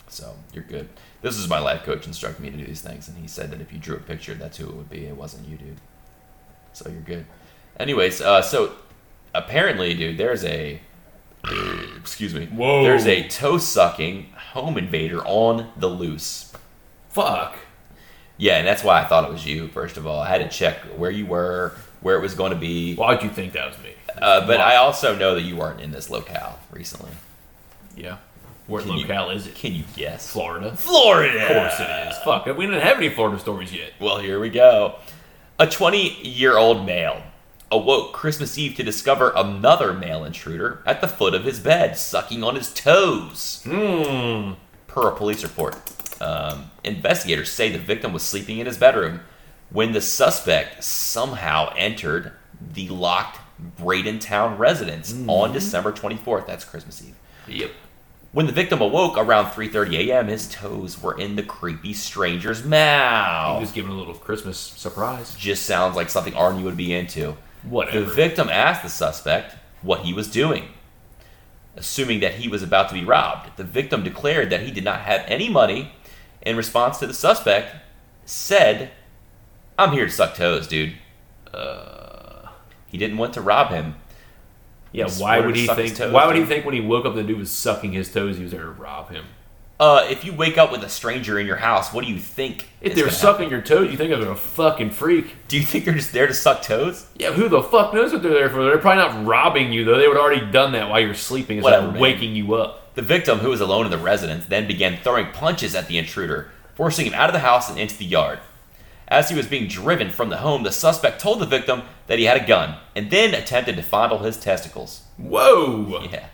B: So you're good. This is my life coach instructed me to do these things, and he said that if you drew a picture, that's who it would be. It wasn't you, dude. So you're good. Anyways, uh, so apparently, dude, there's a *coughs* excuse me.
A: Whoa.
B: There's a toe sucking home invader on the loose.
A: Fuck.
B: Yeah, and that's why I thought it was you. First of all, I had to check where you were, where it was going to be.
A: Why'd you think that was me?
B: Uh, but I also know that you weren't in this locale recently.
A: Yeah. What
B: Can you-
A: locale is it?
B: Can you guess?
A: Florida.
B: Florida.
A: Of course it is. Fuck. We didn't have any Florida stories yet.
B: Well, here we go. A 20-year-old male awoke Christmas Eve to discover another male intruder at the foot of his bed, sucking on his toes.
A: Hmm.
B: per a police report. Um, investigators say the victim was sleeping in his bedroom when the suspect somehow entered the locked Bradentown residence
A: Hmm.
B: on December 24th. That's Christmas Eve.
A: Yep.
B: When the victim awoke around 3:30 a.m., his toes were in the creepy stranger's mouth.
A: He was giving a little Christmas surprise.
B: Just sounds like something Arnie would be into.
A: Whatever.
B: The victim asked the suspect what he was doing, assuming that he was about to be robbed. The victim declared that he did not have any money. In response to the suspect, said, "I'm here to suck toes, dude." Uh, he didn't want to rob him.
A: yeah.
B: He
A: Why
B: swear
A: would
B: to
A: he
B: suck
A: think?
B: his toes,
A: why would he
B: dude.
A: think when he woke up the dude was sucking his toes? He was there to rob him.
B: Uh, if you wake up with a stranger in your house, what do you think?
A: If
B: is
A: they're
B: gonna
A: sucking your toes, you think they're a fucking freak.
B: happen? do you think they're just there to suck toes?
A: Yeah, who the fuck knows what they're there for? They're probably not robbing you though. They would have already done that while you're sleeping instead
B: Whatever,
A: of
B: man.
A: waking you up.
B: The victim, who was alone in the residence, then began throwing punches at the intruder, forcing him out of the house and into the yard. As he was being driven from the home, the suspect told the victim that he had a gun and then attempted to fondle his testicles. *laughs*
A: Whoa!
B: Yeah.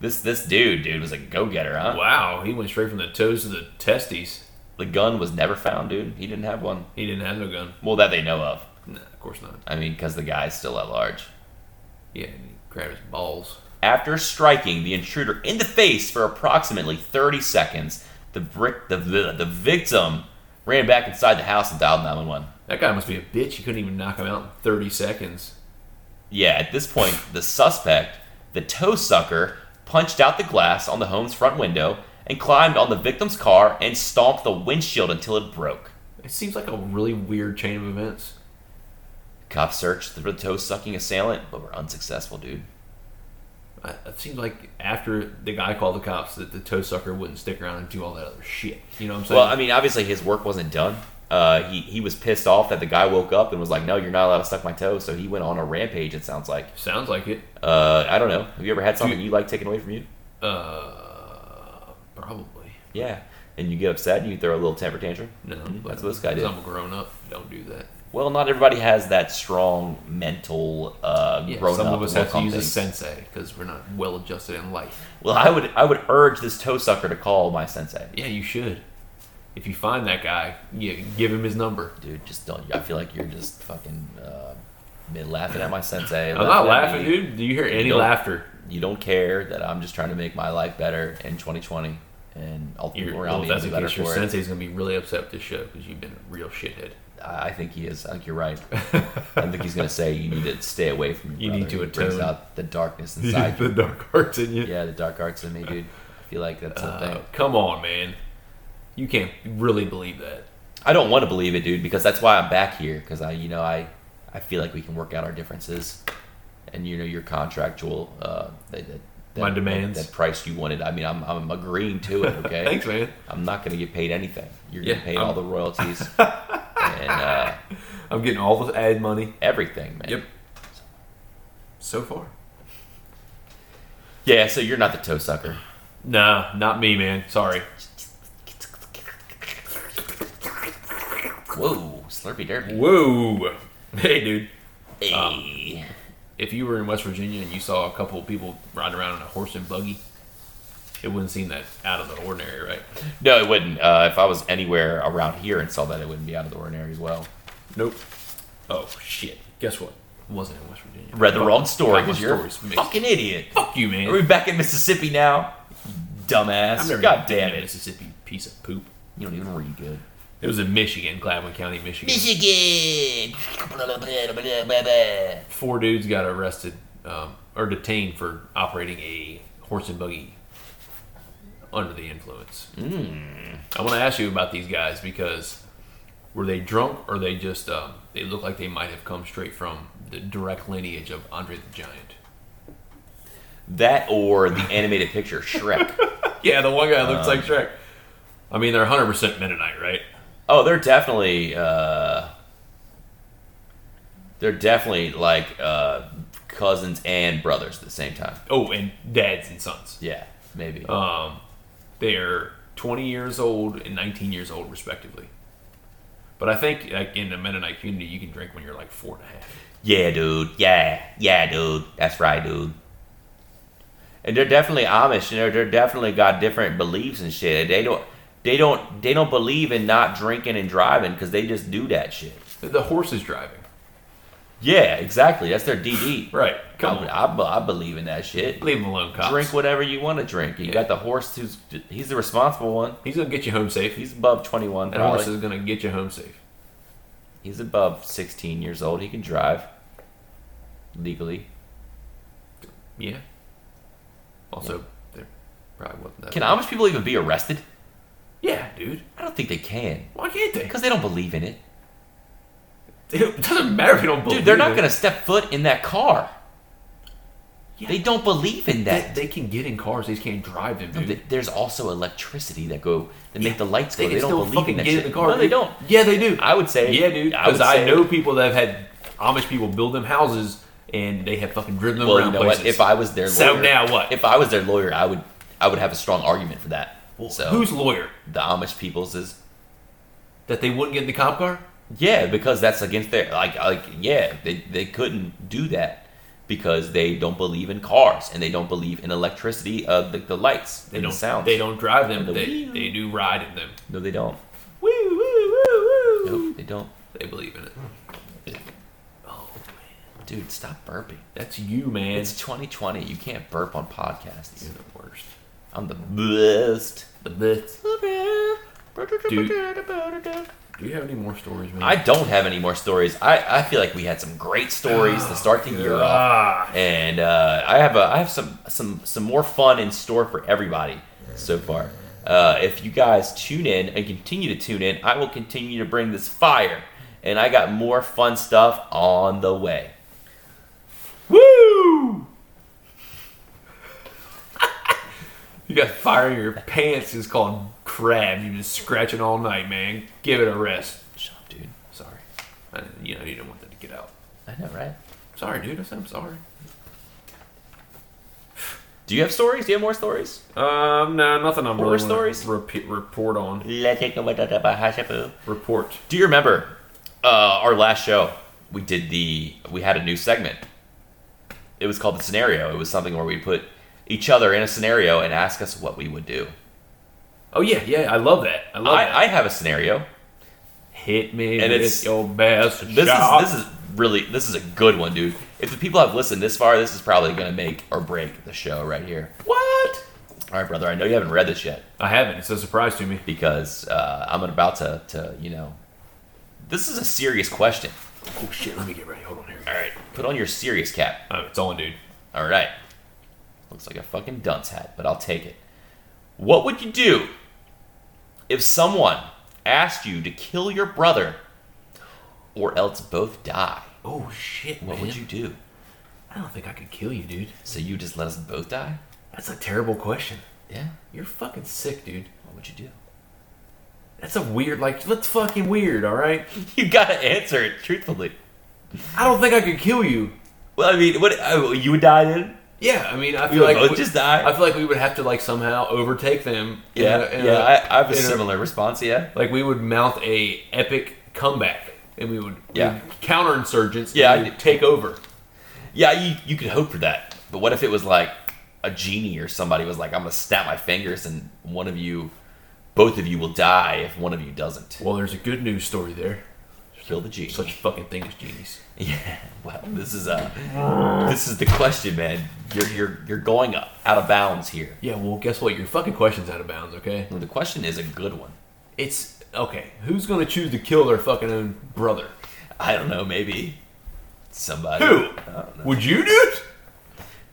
B: This this dude, dude, was a go-getter, huh?
A: Wow, he went straight from the toes to the testes.
B: The gun was never found, dude. He didn't have one.
A: He didn't have no gun.
B: Well, that they know of.
A: Nah, of course not.
B: I mean, because the guy's still at large.
A: Yeah, and he grabbed his balls.
B: After striking the intruder in the face for approximately 30 seconds, the, brick, the, the, the victim ran back inside the house and dialed 911.
A: That guy must be a bitch. He couldn't even knock him out in 30 seconds.
B: Yeah, at this point, the suspect, the toe sucker, punched out the glass on the home's front window and climbed on the victim's car and stomped the windshield until it broke.
A: It seems like a really weird chain of events.
B: Cops searched for the toe sucking assailant, but were unsuccessful, dude.
A: I- It seems like after the guy called the cops that the toe sucker wouldn't stick around and do all that other shit. You know what I'm saying?
B: Well, I mean, obviously his work wasn't done. Uh, he, he was pissed off that the guy woke up and was like, no, you're not allowed to suck my toe, so he went on a rampage, it sounds like.
A: Sounds like it.
B: Uh, I don't know. Have you ever had something you like taken away from you?
A: Uh, probably.
B: Yeah. And you get upset and you throw a little temper tantrum?
A: No.
B: Mm,
A: but
B: That's what this guy did.
A: since I'm a grown up. Don't do that.
B: Well, not everybody has that strong mental uh,
A: Yeah,
B: grown
A: some
B: up
A: of us
B: look
A: have to
B: on
A: use a
B: things.
A: sensei because we're not well adjusted in life.
B: Well, I would I would urge this toe sucker to call my sensei.
A: Yeah, you should. If you find that guy, gi- give him his number.
B: Dude, just don't. I feel like you're just fucking uh, been laughing at my sensei.
A: I'm not
B: at
A: laughing,
B: me.
A: dude. Do you hear any
B: Don't-
A: laughter?
B: You don't care that I'm just trying to make my life better in 2020, and all the
A: You're,
B: people
A: well,
B: around me
A: if
B: will
A: that's
B: be
A: the
B: better
A: case, your
B: for it.
A: sensei's gonna be really upset with this show because you've been a real shithead.
B: I I think he is. I think you're
A: *laughs*
B: right. I think he's gonna say you need to stay away from your
A: You need
B: brother.
A: to
B: He brings
A: atone.
B: out the
A: *laughs*
B: darkness inside. you.
A: the dark arts in you.
B: yeah, the dark arts in me, dude. I feel like that's the
A: Uh,
B: thing.
A: come on, man. You can't really believe that.
B: I don't want to believe it, dude, because that's why I'm back here. Because I, you know, I, I feel like we can work out our differences, and you know, your contractual, uh, that, that,
A: My
B: that-
A: demands.
B: that, price you wanted. I mean, I'm, I'm agreeing to
A: *laughs*
B: it. Okay,
A: Thanks, man.
B: I'm not gonna get paid anything. You're
A: Yeah,
B: gonna pay
A: I'm-
B: all the
A: *laughs*
B: royalties and uh,
A: I'm getting all the ad money.
B: everything, man.
A: Yep. So far.
B: Yeah. So you're not the toe sucker.
A: Nah, not me, man. Sorry.
B: Whoa, Slurpee Derby.
A: Whoa. Hey, dude. Um,
B: Hey.
A: If you were in West Virginia and you saw a couple of people riding around in a horse and buggy, it wouldn't seem that out of the ordinary, right?
B: No, it wouldn't. Uh, if I was anywhere around here and saw that, it wouldn't be out of the ordinary as well.
A: Nope. Oh shit! Guess what? Wasn't in West Virginia.
B: Read the
A: Fuck.
B: wrong story
A: God, my
B: because you're a
A: story's mixed.
B: fucking idiot.
A: Fuck you, man.
B: Are we back in Mississippi now? Dumbass.
A: I've never
B: God
A: been
B: damn
A: to
B: it.
A: Mississippi piece of poop.
B: You don't even read good.
A: It was in Michigan, Gladwin County, Michigan.
B: Michigan.
A: Four dudes got arrested um, or detained for operating a horse and buggy under the influence. Mm. I want to ask you about these guys because were they drunk or they just um, they look like they might have come straight from the direct lineage of Andre the Giant.
B: That or the animated picture Shrek.
A: Yeah, the one guy looks like Shrek. I mean, they're 100% Mennonite, right?
B: Oh, they're definitely uh, they're definitely like uh, cousins and brothers at the same time.
A: Oh, and dads and sons.
B: Yeah, maybe.
A: They're 20 years old and 19 years old, respectively. But I think like, in the Mennonite community, you can drink when you're like four and a half.
B: yeah, dude. Yeah, yeah, dude. That's right, dude. And they're definitely Amish, and they're, they're definitely got different beliefs and shit. They don't, they don't, they don't believe in not drinking and driving because they just do that shit.
A: The horse is driving.
B: Yeah, exactly. That's their
A: *laughs*
B: DD.
A: Right. Come
B: I,
A: on.
B: I, be- I believe in that shit.
A: Leave him alone, cops.
B: Drink whatever you want to drink. You got the horse who's he's the responsible one.
A: He's going to get you home safe.
B: He's above 21,
A: that
B: probably.
A: horse is going to get you home safe.
B: He's above 16 years old. He can drive legally.
A: Yeah. Also, there probably wasn't that.
B: Can Amish people even be arrested?
A: Yeah, dude.
B: I don't think they can
A: Why can't they?
B: because they don't believe in it.
A: It doesn't matter if you don't believe
B: Dude, they're not
A: it.
B: going to step foot in that car.
A: Yeah.
B: They don't believe in
A: They,
B: that.
A: they can get in cars, they just can't drive them, dude.
B: Th- There's also electricity that go that
A: Yeah,
B: make the lights go. They,
A: can
B: don't
A: still
B: believe
A: fucking
B: in that
A: get
B: shit.
A: in the car.
B: No, they don't.
A: Yeah, they do.
B: I would say,
A: Yeah, dude.
B: I would
A: Because I,
B: say-
A: know people that have had Amish people build them houses and they have fucking driven them
B: Well, you
A: around
B: know
A: places.
B: what? If I was their lawyer,
A: So now what?
B: If I was their lawyer, I would I would have a strong argument for that. so
A: Who's lawyer?
B: the Amish people's is
A: That they wouldn't get in the cop car?
B: Yeah, because that's against their like like yeah, they they couldn't do that because they don't believe in cars and they don't believe in electricity of the, the lights
A: They
B: and
A: don't.
B: the sound.
A: They don't drive them.
B: And the
A: They,
B: wheel.
A: they do ride in them.
B: No, they don't.
A: Woo woo woo woo.
B: Nope, they don't.
A: They believe in it. Oh man,
B: Dude, stop burping.
A: that's you, man.
B: It's 2020. You can't burp on podcasts.
A: You're the worst.
B: I'm the best.
A: The best.
B: Dude.
A: Do you have any more stories, man?
B: I don't have any more stories. I, I feel like we had some great stories to start the year off.
A: Ah.
B: and uh, I have a, I have some some some more fun in store for everybody so far. Uh, if you guys tune in and continue to tune in, I will continue to bring this fire, and I got more fun stuff on the way.
A: Woo! *laughs* you got fire in your pants is called crab. You've been scratching all night, man. Give it a rest.
B: Shut up, dude.
A: Sorry. I, didn't- you know, you didn't want that to get out.
B: I know, right?
A: Sorry, dude. I said I'm sorry.
B: Do you have stories? Do you have more stories?
A: Um, no, nothing I'm
B: Horror
A: really wanna
B: stories?
A: repeat- report on.
B: Do
A: Report.
B: you remember uh, our last show? We did the we had a new segment. It was called the scenario. It was something where we put each other in a scenario and ask us what we would do.
A: Oh, yeah, yeah. I love that. I love that.
B: I, I have a scenario.
A: Hit me
B: And
A: with
B: it's-
A: your best
B: This
A: shot.
B: is this is really this is a good one, dude. If the people have listened this far, this is probably gonna make or break the show right here.
A: What?
B: All right, brother. I know you haven't read this yet
A: I haven't. It's a surprise to me.
B: because uh, I'm about to to you know. This is a serious question.
A: Oh, shit. Let me get ready. Hold on here.
B: All right, put on your serious cap.
A: Oh, it's on, dude.
B: All right. Looks like a fucking dunce hat, but I'll take it. What would you do if someone asked you to kill your brother, or else both die?
A: Oh, shit.
B: What
A: man.
B: would you do?
A: I don't think I could kill you, dude.
B: So you just let us both die?
A: That's a terrible question.
B: Yeah.
A: You're fucking sick, dude.
B: What would you do?
A: That's a weird, like, that's fucking weird, alright?
B: You gotta answer it truthfully.
A: I don't think I could kill you.
B: Well, I mean, what uh, you would die then?
A: Yeah, I mean, I feel
B: would
A: like.
B: both
A: we-
B: just die?
A: I feel like we would have to, like, somehow overtake them. in
B: Yeah,
A: a- in
B: yeah.
A: a-
B: I I have a
A: in
B: similar response. Yeah,
A: Like, we would mount a epic comeback, and we would.
B: Yeah.
A: we would counterinsurgents,
B: Yeah,
A: and we
B: I
A: would take over.
B: yeah. You you could hope for that, but what if it was like a genie or somebody was like, I'm gonna snap my fingers and one of you, both of you will die if one of you doesn't.
A: Well, there's a good news story there.
B: Kill the genie.
A: Such fucking thing as genies.
B: *laughs* Yeah. Well, this is uh this is the question, man. You're you're you're going out of bounds here.
A: Yeah, well, guess what? Your fucking question's out of bounds, okay?
B: The question is a good one.
A: It's okay. Who's gonna choose to kill their fucking own brother?
B: I don't know, maybe somebody.
A: Who?
B: I don't know.
A: Would you do it?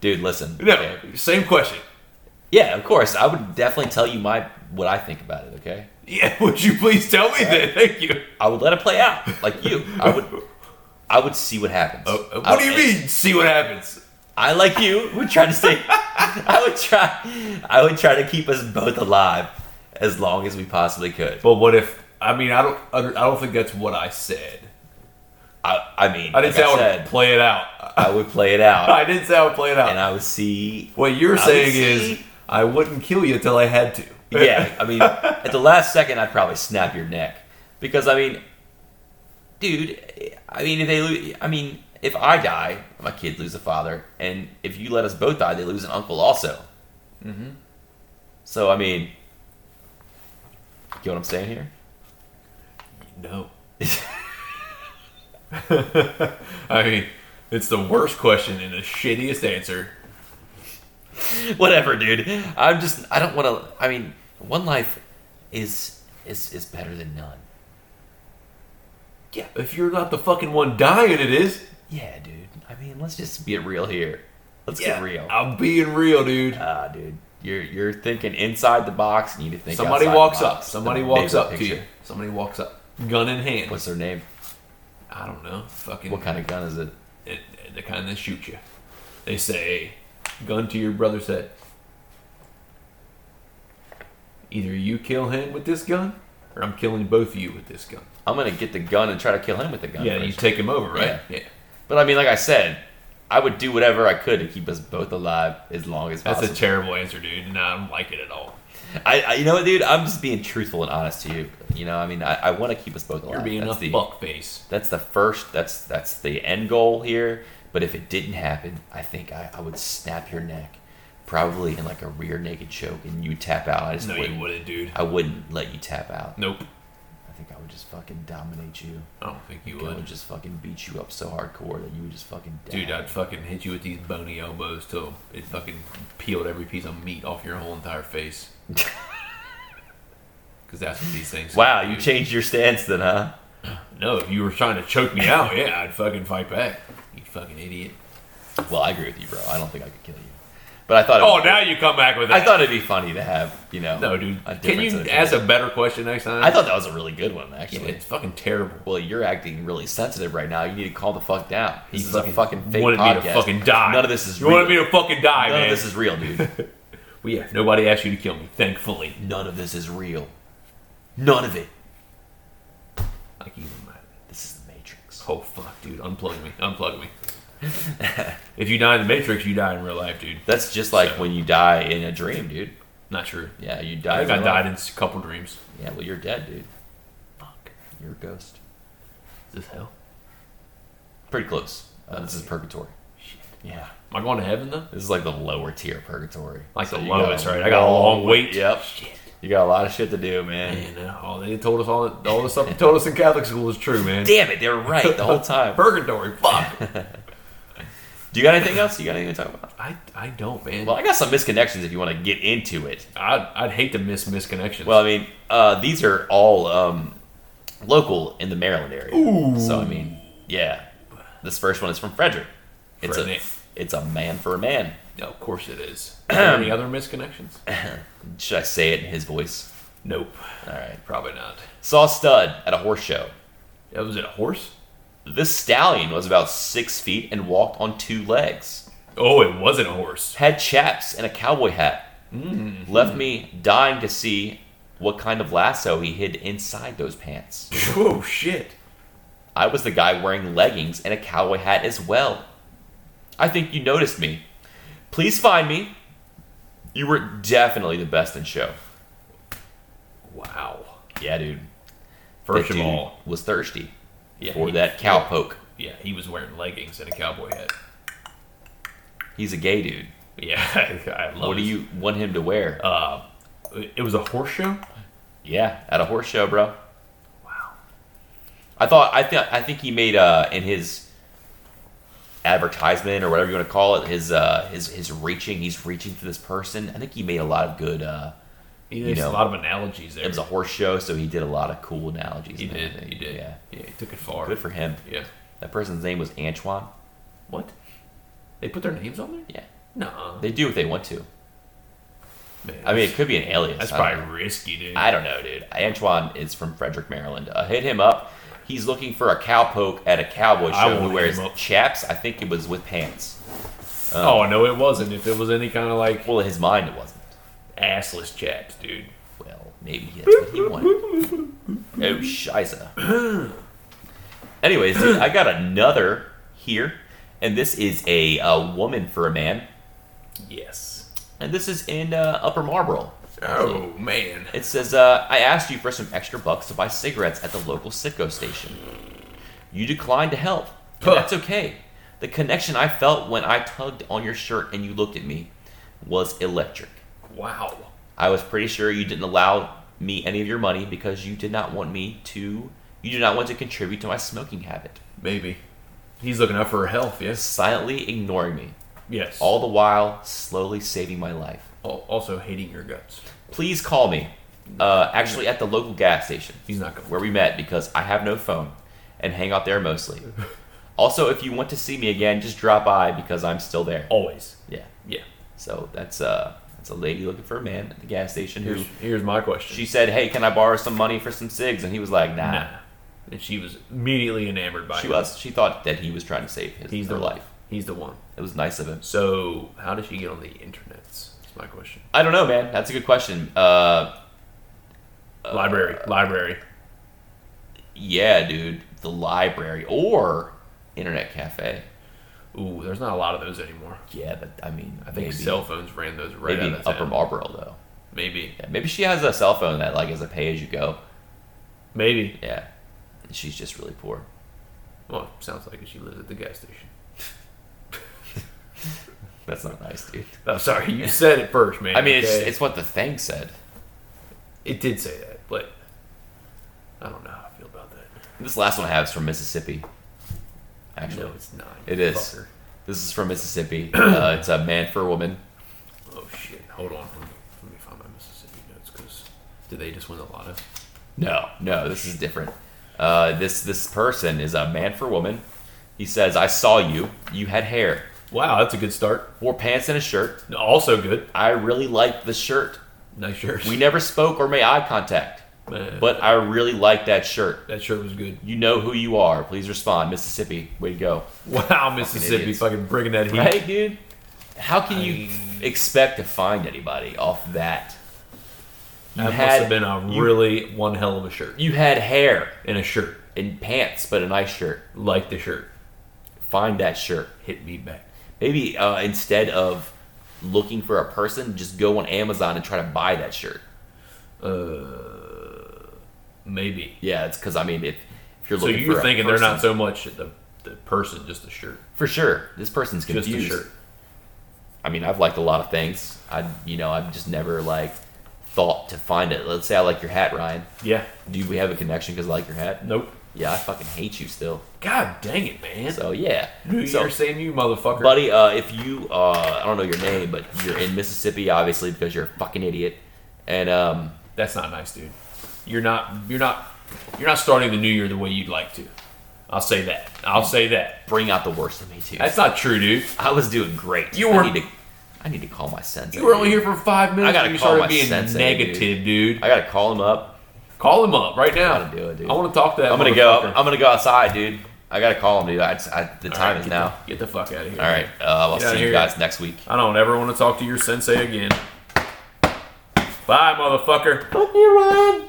B: Dude, listen.
A: No.
B: okay?
A: Same question.
B: Yeah, of course. I would definitely tell you my what I think about it. Okay.
A: Yeah, *laughs* would you please tell me that? Thank you.
B: I would let it play out, like you. I would. I would see what happens.
A: Oh, oh,
B: I-
A: what do you mean? See what happens.
B: I like you would try to stay. *laughs* I would try. I would try to keep us both alive as long as we possibly could.
A: But what if? I mean, I don't. I don't think that's what I said.
B: I, I mean,
A: I
B: like
A: didn't say I
B: I
A: would
B: said,
A: play it out. *laughs*
B: I would play it out,
A: I didn't say I would play it out.
B: and I would see.
A: what you're
B: would
A: saying is
B: see-
A: I wouldn't kill you till I had to. *laughs*
B: Yeah, I mean, at the last second, I'd probably snap your neck because I mean, dude, I mean, if they, lo- I mean, if I die, my kids lose a father, and if you let us both die, they lose an uncle also. Mm-hmm. So I mean, you get what I'm saying here? *laughs*
A: no. I mean, it's the worst question and the shittiest answer.
B: Whatever, dude. I'm just, I don't want to. I mean, one life is is is better than none.
A: Yeah, if you're not the fucking one dying, it is.
B: Yeah, dude. I mean, let's just get real here. Let's
A: Yeah,
B: get real.
A: I'm being real, dude.
B: Ah, dude, you're you're thinking inside the box. and You need to think.
A: Somebody
B: outside the
A: walks up.
B: box.
A: Somebody
B: The
A: walks
B: bigger
A: up to
B: picture.
A: you. Somebody walks up, gun in hand.
B: What's their name?
A: I don't know. Fucking
B: What kind of gun is it?
A: it, it- the kind that shoot you. They say, gun to your brother's head. Either you kill him with this gun, or I'm killing both of you with this gun.
B: I'm gonna get the gun and try to kill him with the gun.
A: Yeah, you
B: first.
A: take him over, right? Yeah.
B: but I mean, like I said, I would do whatever I could to keep us both alive as long as
A: That's a
B: possible.
A: terrible answer, dude, and I don't like it at all.
B: I, I, you know what, dude? I'm just being truthful and honest to you. You know, I mean, I, I want to keep us both alive.
A: You're being
B: that's
A: a
B: the,
A: fuckface.
B: That's the first. That's that's the end goal here. But if it didn't happen, I think I, I would snap your neck, probably in like a rear naked choke, and you tap out. I just
A: No,
B: wouldn't.
A: you wouldn't, dude.
B: I wouldn't let you tap out.
A: Nope.
B: I think I would just fucking dominate you.
A: I don't think you
B: I would
A: would.
B: just fucking beat you up so hardcore that you would just fucking die.
A: Dude, I'd fucking hit you with these bony elbows till it fucking peeled every piece of meat off your whole
B: *laughs*
A: entire face. Because that's what these things.
B: Wow, you
A: do.
B: changed your stance then, huh?
A: No, if you were trying to choke me out, yeah, I'd fucking fight back. You fucking idiot.
B: Well, I agree with you, bro. I don't think I could kill you, but I thought. It
A: Oh,
B: would-
A: now you come back with
B: I
A: that.
B: thought it'd be funny to have you know.
A: no, dude.
B: a
A: Can
B: difference
A: you
B: in opinion.
A: ask a better question next time?
B: I thought that was a really good one,
A: Yeah,
B: actually.
A: it's fucking terrible.
B: Well, you're acting really sensitive right now. You need to calm the fuck down. This
A: You
B: is a fucking fake
A: wanted
B: podcast.
A: me to fucking die.
B: None of this is
A: You
B: real.
A: wanted me to fucking die,
B: None
A: man.
B: of this is real, dude. *laughs*
A: well, yeah, nobody asked you to kill me, thankfully.
B: None of this is real. None of it.
A: Like even my
B: This is the Matrix.
A: oh fuck, dude, unplug me, unplug me. *laughs* if you die in the Matrix, you die in real life, dude.
B: That's just like
A: So-
B: when you die in a dream, dude.
A: Not true.
B: Yeah, you
A: I
B: die.
A: think I
B: in real
A: died
B: life.
A: in a couple dreams.
B: Yeah, well, you're dead, dude.
A: Fuck,
B: You're a ghost.
A: is this hell?
B: Pretty close. Uh, this is purgatory.
A: Shit.
B: Yeah.
A: Am I going to heaven though?
B: This is like the lower tier purgatory.
A: Like
B: So
A: the
B: you got
A: lowest,
B: a
A: right? I got a long wait.
B: Yep.
A: Shit.
B: You got a lot of shit to do, man.
A: Man, uh, all they told us all all the stuff they told us in Catholic school is true, man.
B: Damn it, they were right the whole *laughs* time.
A: Purgatory,
B: *laughs*
A: fuck.
B: Do you got anything else? You got anything to talk about?
A: I, I don't, man.
B: Well, I got some misconnections if you want to get into it.
A: I'd, I'd hate to miss misconnections.
B: Well, I mean, uh, these are all um, local in the Maryland area.
A: Ooh.
B: So I mean, yeah. This first one is from Frederick. It's
A: Frederick.
B: a it's a man for a man.
A: no, of
B: *clears throat*
A: course it is. Are there any other misconnections?
B: Should I say it in his voice?
A: Nope,
B: All right.
A: probably not.
B: Saw a stud at a horse show.
A: That was it. A horse?
B: This stallion was about six feet and walked on two legs.
A: Oh, it wasn't a horse.
B: Had chaps and a cowboy hat.
A: Mm-hmm.
B: Left me dying to see what kind of lasso he hid inside those
A: *laughs*
B: pants.
A: Oh shit.
B: I was the guy wearing leggings and a cowboy hat as well. I think you noticed me. Please find me. You were definitely the best in show.
A: Wow.
B: Yeah, dude.
A: First
B: That
A: of
B: dude
A: all,
B: was thirsty
A: yeah,
B: for
A: he-
B: that cowpoke.
A: Yeah, he was wearing leggings and a cowboy hat.
B: He's a gay dude.
A: *laughs* Yeah, I love
B: What do
A: this.
B: you want him to wear?
A: Uh, it was a horse show.
B: yeah, at a horse show, bro.
A: Wow.
B: I thought I think I think he made uh in his advertisement or whatever you want to call it his uh his his reaching he's reaching for this person. I think he made a lot of good. uh
A: He
B: You
A: did a
B: know,
A: lot of analogies there.
B: It was a horse show, so he did a lot of cool analogies.
A: he
B: and
A: did.
B: everything.
A: He did.
B: Yeah,
A: Yeah, he took it far.
B: good for him.
A: yeah.
B: That person's name was Antoine.
A: What? They put their names on there?
B: Yeah,
A: No.
B: they do what they want to. I mean, it could be an alias.
A: that's
B: I don't
A: probably
B: know.
A: risky, dude.
B: I don't know, dude. Antoine is from Frederick, Maryland. Uh, hit him up. He's looking for a cowpoke at a cowboy
A: I
B: show
A: won't
B: who
A: hit
B: wears
A: him up.
B: chaps. I think it was with pants.
A: oh no, it wasn't. If it was any kind of like
B: Well, in his mind, it wasn't.
A: assless chaps, dude.
B: Well, maybe that's what he wanted.
A: *laughs*
B: Oh, shiza. Anyways, dude, I got another here, and this is a, uh woman for a man,
A: Yes.
B: and this is in uh, Upper Marlboro.
A: Oh man.
B: It says, uh, I asked you for some extra bucks to buy cigarettes at the local Citgo station. You declined to help. and
A: Huh.
B: That's okay. The connection I felt when I tugged on your shirt and you looked at me was electric.
A: Wow.
B: I was pretty sure you didn't allow me any of your money because you did not want me to. You do not want to contribute to my smoking habit.
A: Maybe. He's looking out for her health. Yes.
B: Silently ignoring me,
A: Yes.
B: all the while slowly saving my life.
A: Al- also hating your guts.
B: Please call me. Uh, actually, at the local gas station.
A: He's not going.
B: where we met because I have no phone and hang out there
A: *laughs*
B: mostly. also, if you want to see me again, just drop by because I'm still there.
A: Always.
B: Yeah.
A: Yeah.
B: So that's uh that's a lady looking for a man at the gas station who
A: Here's, here's my question.
B: she said, "Hey, can I borrow some money for some cigs?" and he was like, "Nah."
A: nah. And she was immediately enamored by
B: She
A: him.
B: was she thought that he was trying to save his
A: He's
B: her
A: the
B: life.
A: He's the one.
B: It was nice of him.
A: So how does she get on the internet? That's my question.
B: I don't know, man. That's a good question. Uh
A: library. Library.
B: yeah, dude, the library or internet cafe.
A: Ooh, there's not a lot of those anymore.
B: Yeah, but I mean,
A: I think
B: maybe,
A: cell phones ran those right
B: maybe
A: out of
B: Upper
A: town.
B: Marlboro though.
A: Maybe.
B: Yeah, maybe she has a cell phone that like is a pay as you go.
A: Maybe.
B: Yeah, she's just really poor.
A: Well, sounds like she lives at the gas station.
B: That's not nice, dude.
A: Oh, sorry,
B: *laughs*
A: you said it first, man.
B: I mean, it's,
A: okay?
B: it's what the thing said.
A: it did say that, but I don't know how I feel about that.
B: This last one I have is from Mississippi. Actually,
A: No, it's not.
B: it
A: you
B: is.
A: fucker.
B: This is from Mississippi. *clears throat* uh, it's a man for a woman.
A: Oh shit! Hold on. Let me, let me find my Mississippi notes because did they just win the lotto?
B: No, no, this is different. Uh, this this person is a man for a woman. He says, "I saw you. You had hair,
A: Wow, that's a good start.
B: wore pants and a shirt.
A: Also good.
B: I really liked the shirt.
A: Nice shirt.
B: We never spoke or made eye contact, but I really liked that shirt.
A: that shirt was good.
B: You know who you are. Please respond, Mississippi. Way to go.
A: Wow, Mississippi,
B: idiots.
A: fucking bringing that heat.
B: Right, dude? How can you f- expect to find anybody off that? You
A: That must
B: had
A: have been a
B: you-
A: really one hell of a shirt
B: you had hair
A: and a shirt
B: and pants, but a nice shirt.
A: like the shirt.
B: Find that shirt.
A: Hit me back.
B: Maybe uh, instead of looking for a person, just go on Amazon and try to buy that shirt.
A: Maybe.
B: Yeah, it's because I mean, if, if you're
A: So
B: looking, for
A: you're
B: a
A: thinking they're not
B: person-
A: so much the, the person, just the shirt.
B: for sure. This person's
A: Just
B: confused.
A: the shirt.
B: I mean, I've liked a lot of things. I, you know, I've just never like thought to find it. Let's say I like your hat, Ryan.
A: Yeah.
B: Do we have a connection because I like your hat?
A: Nope.
B: Yeah, I fucking hate you still.
A: God dang it, man.
B: So yeah.
A: New
B: so,
A: Year's same you, motherfucker.
B: buddy, uh, if you, uh, I don't know your name, but you're in Mississippi, obviously, because you're a fucking idiot. And um,
A: That's not nice, dude. You're not. You're not. You're not starting the new year the way you'd like to. I'll say that. I'll say that.
B: bring out the worst in me too.
A: That's not true, dude.
B: I was doing great.
A: You were-
B: I need to, I need to call my sensei.
A: You were only
B: dude.
A: here for five minutes.
B: I gotta
A: and you
B: call
A: started
B: my
A: being
B: sensei,
A: negative, dude.
B: I gotta call him up.
A: Call him up right now.
B: Gotta do it, dude.
A: I want to talk to that.
B: I'm gonna go.
A: motherfucker.
B: I'm gonna go outside, dude. I gotta call him, dude. I, I, the time
A: All right,
B: is
A: get
B: now.
A: the- get the fuck out of here.
B: All right. Uh, I'll
A: Get outta
B: see you
A: here.
B: guys next week.
A: I don't ever want to talk to your sensei again. Bye, motherfucker.
B: Fuck you,
A: *laughs*
B: Ryan.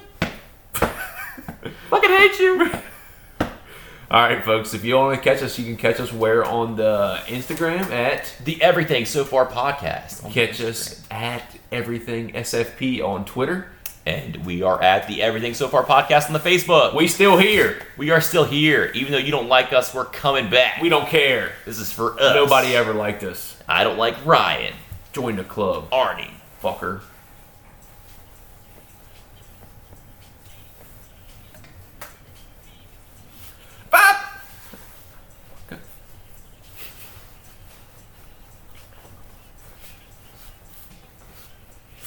B: Fucking hate you.
A: All right, folks. If you want to catch us, you can catch us where on the Instagram at
B: The Everything So Far podcast. Oh, on
A: catch
B: Instagram.
A: us at everything SFP on Twitter.
B: And we are at the Everything So Far podcast on the Facebook. We,
A: We still here.
B: we are still here. Even though you don't like us, we're coming back.
A: We don't care.
B: this is for us.
A: Nobody ever liked us.
B: I don't like Ryan.
A: Join the club,
B: Arnie.
A: fucker. Bop! Okay.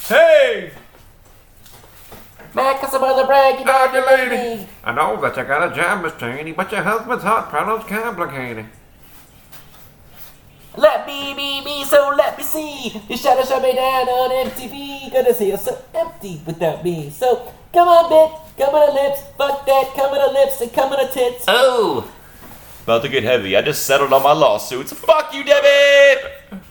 A: Hey!
C: Back us about the brag about the lady.
A: I know that you got a job, Miss Cheney, but your husband's heart problem's complicated.
C: Let me be me, so let me see. You shut us shut me down on MTV. Gonna see us so empty without me. So come on, bitch, come on the lips, fuck that, come on the lips and come on the tits.
B: Oh. About to get heavy. I just settled on my lawsuits. Fuck you, Debbie.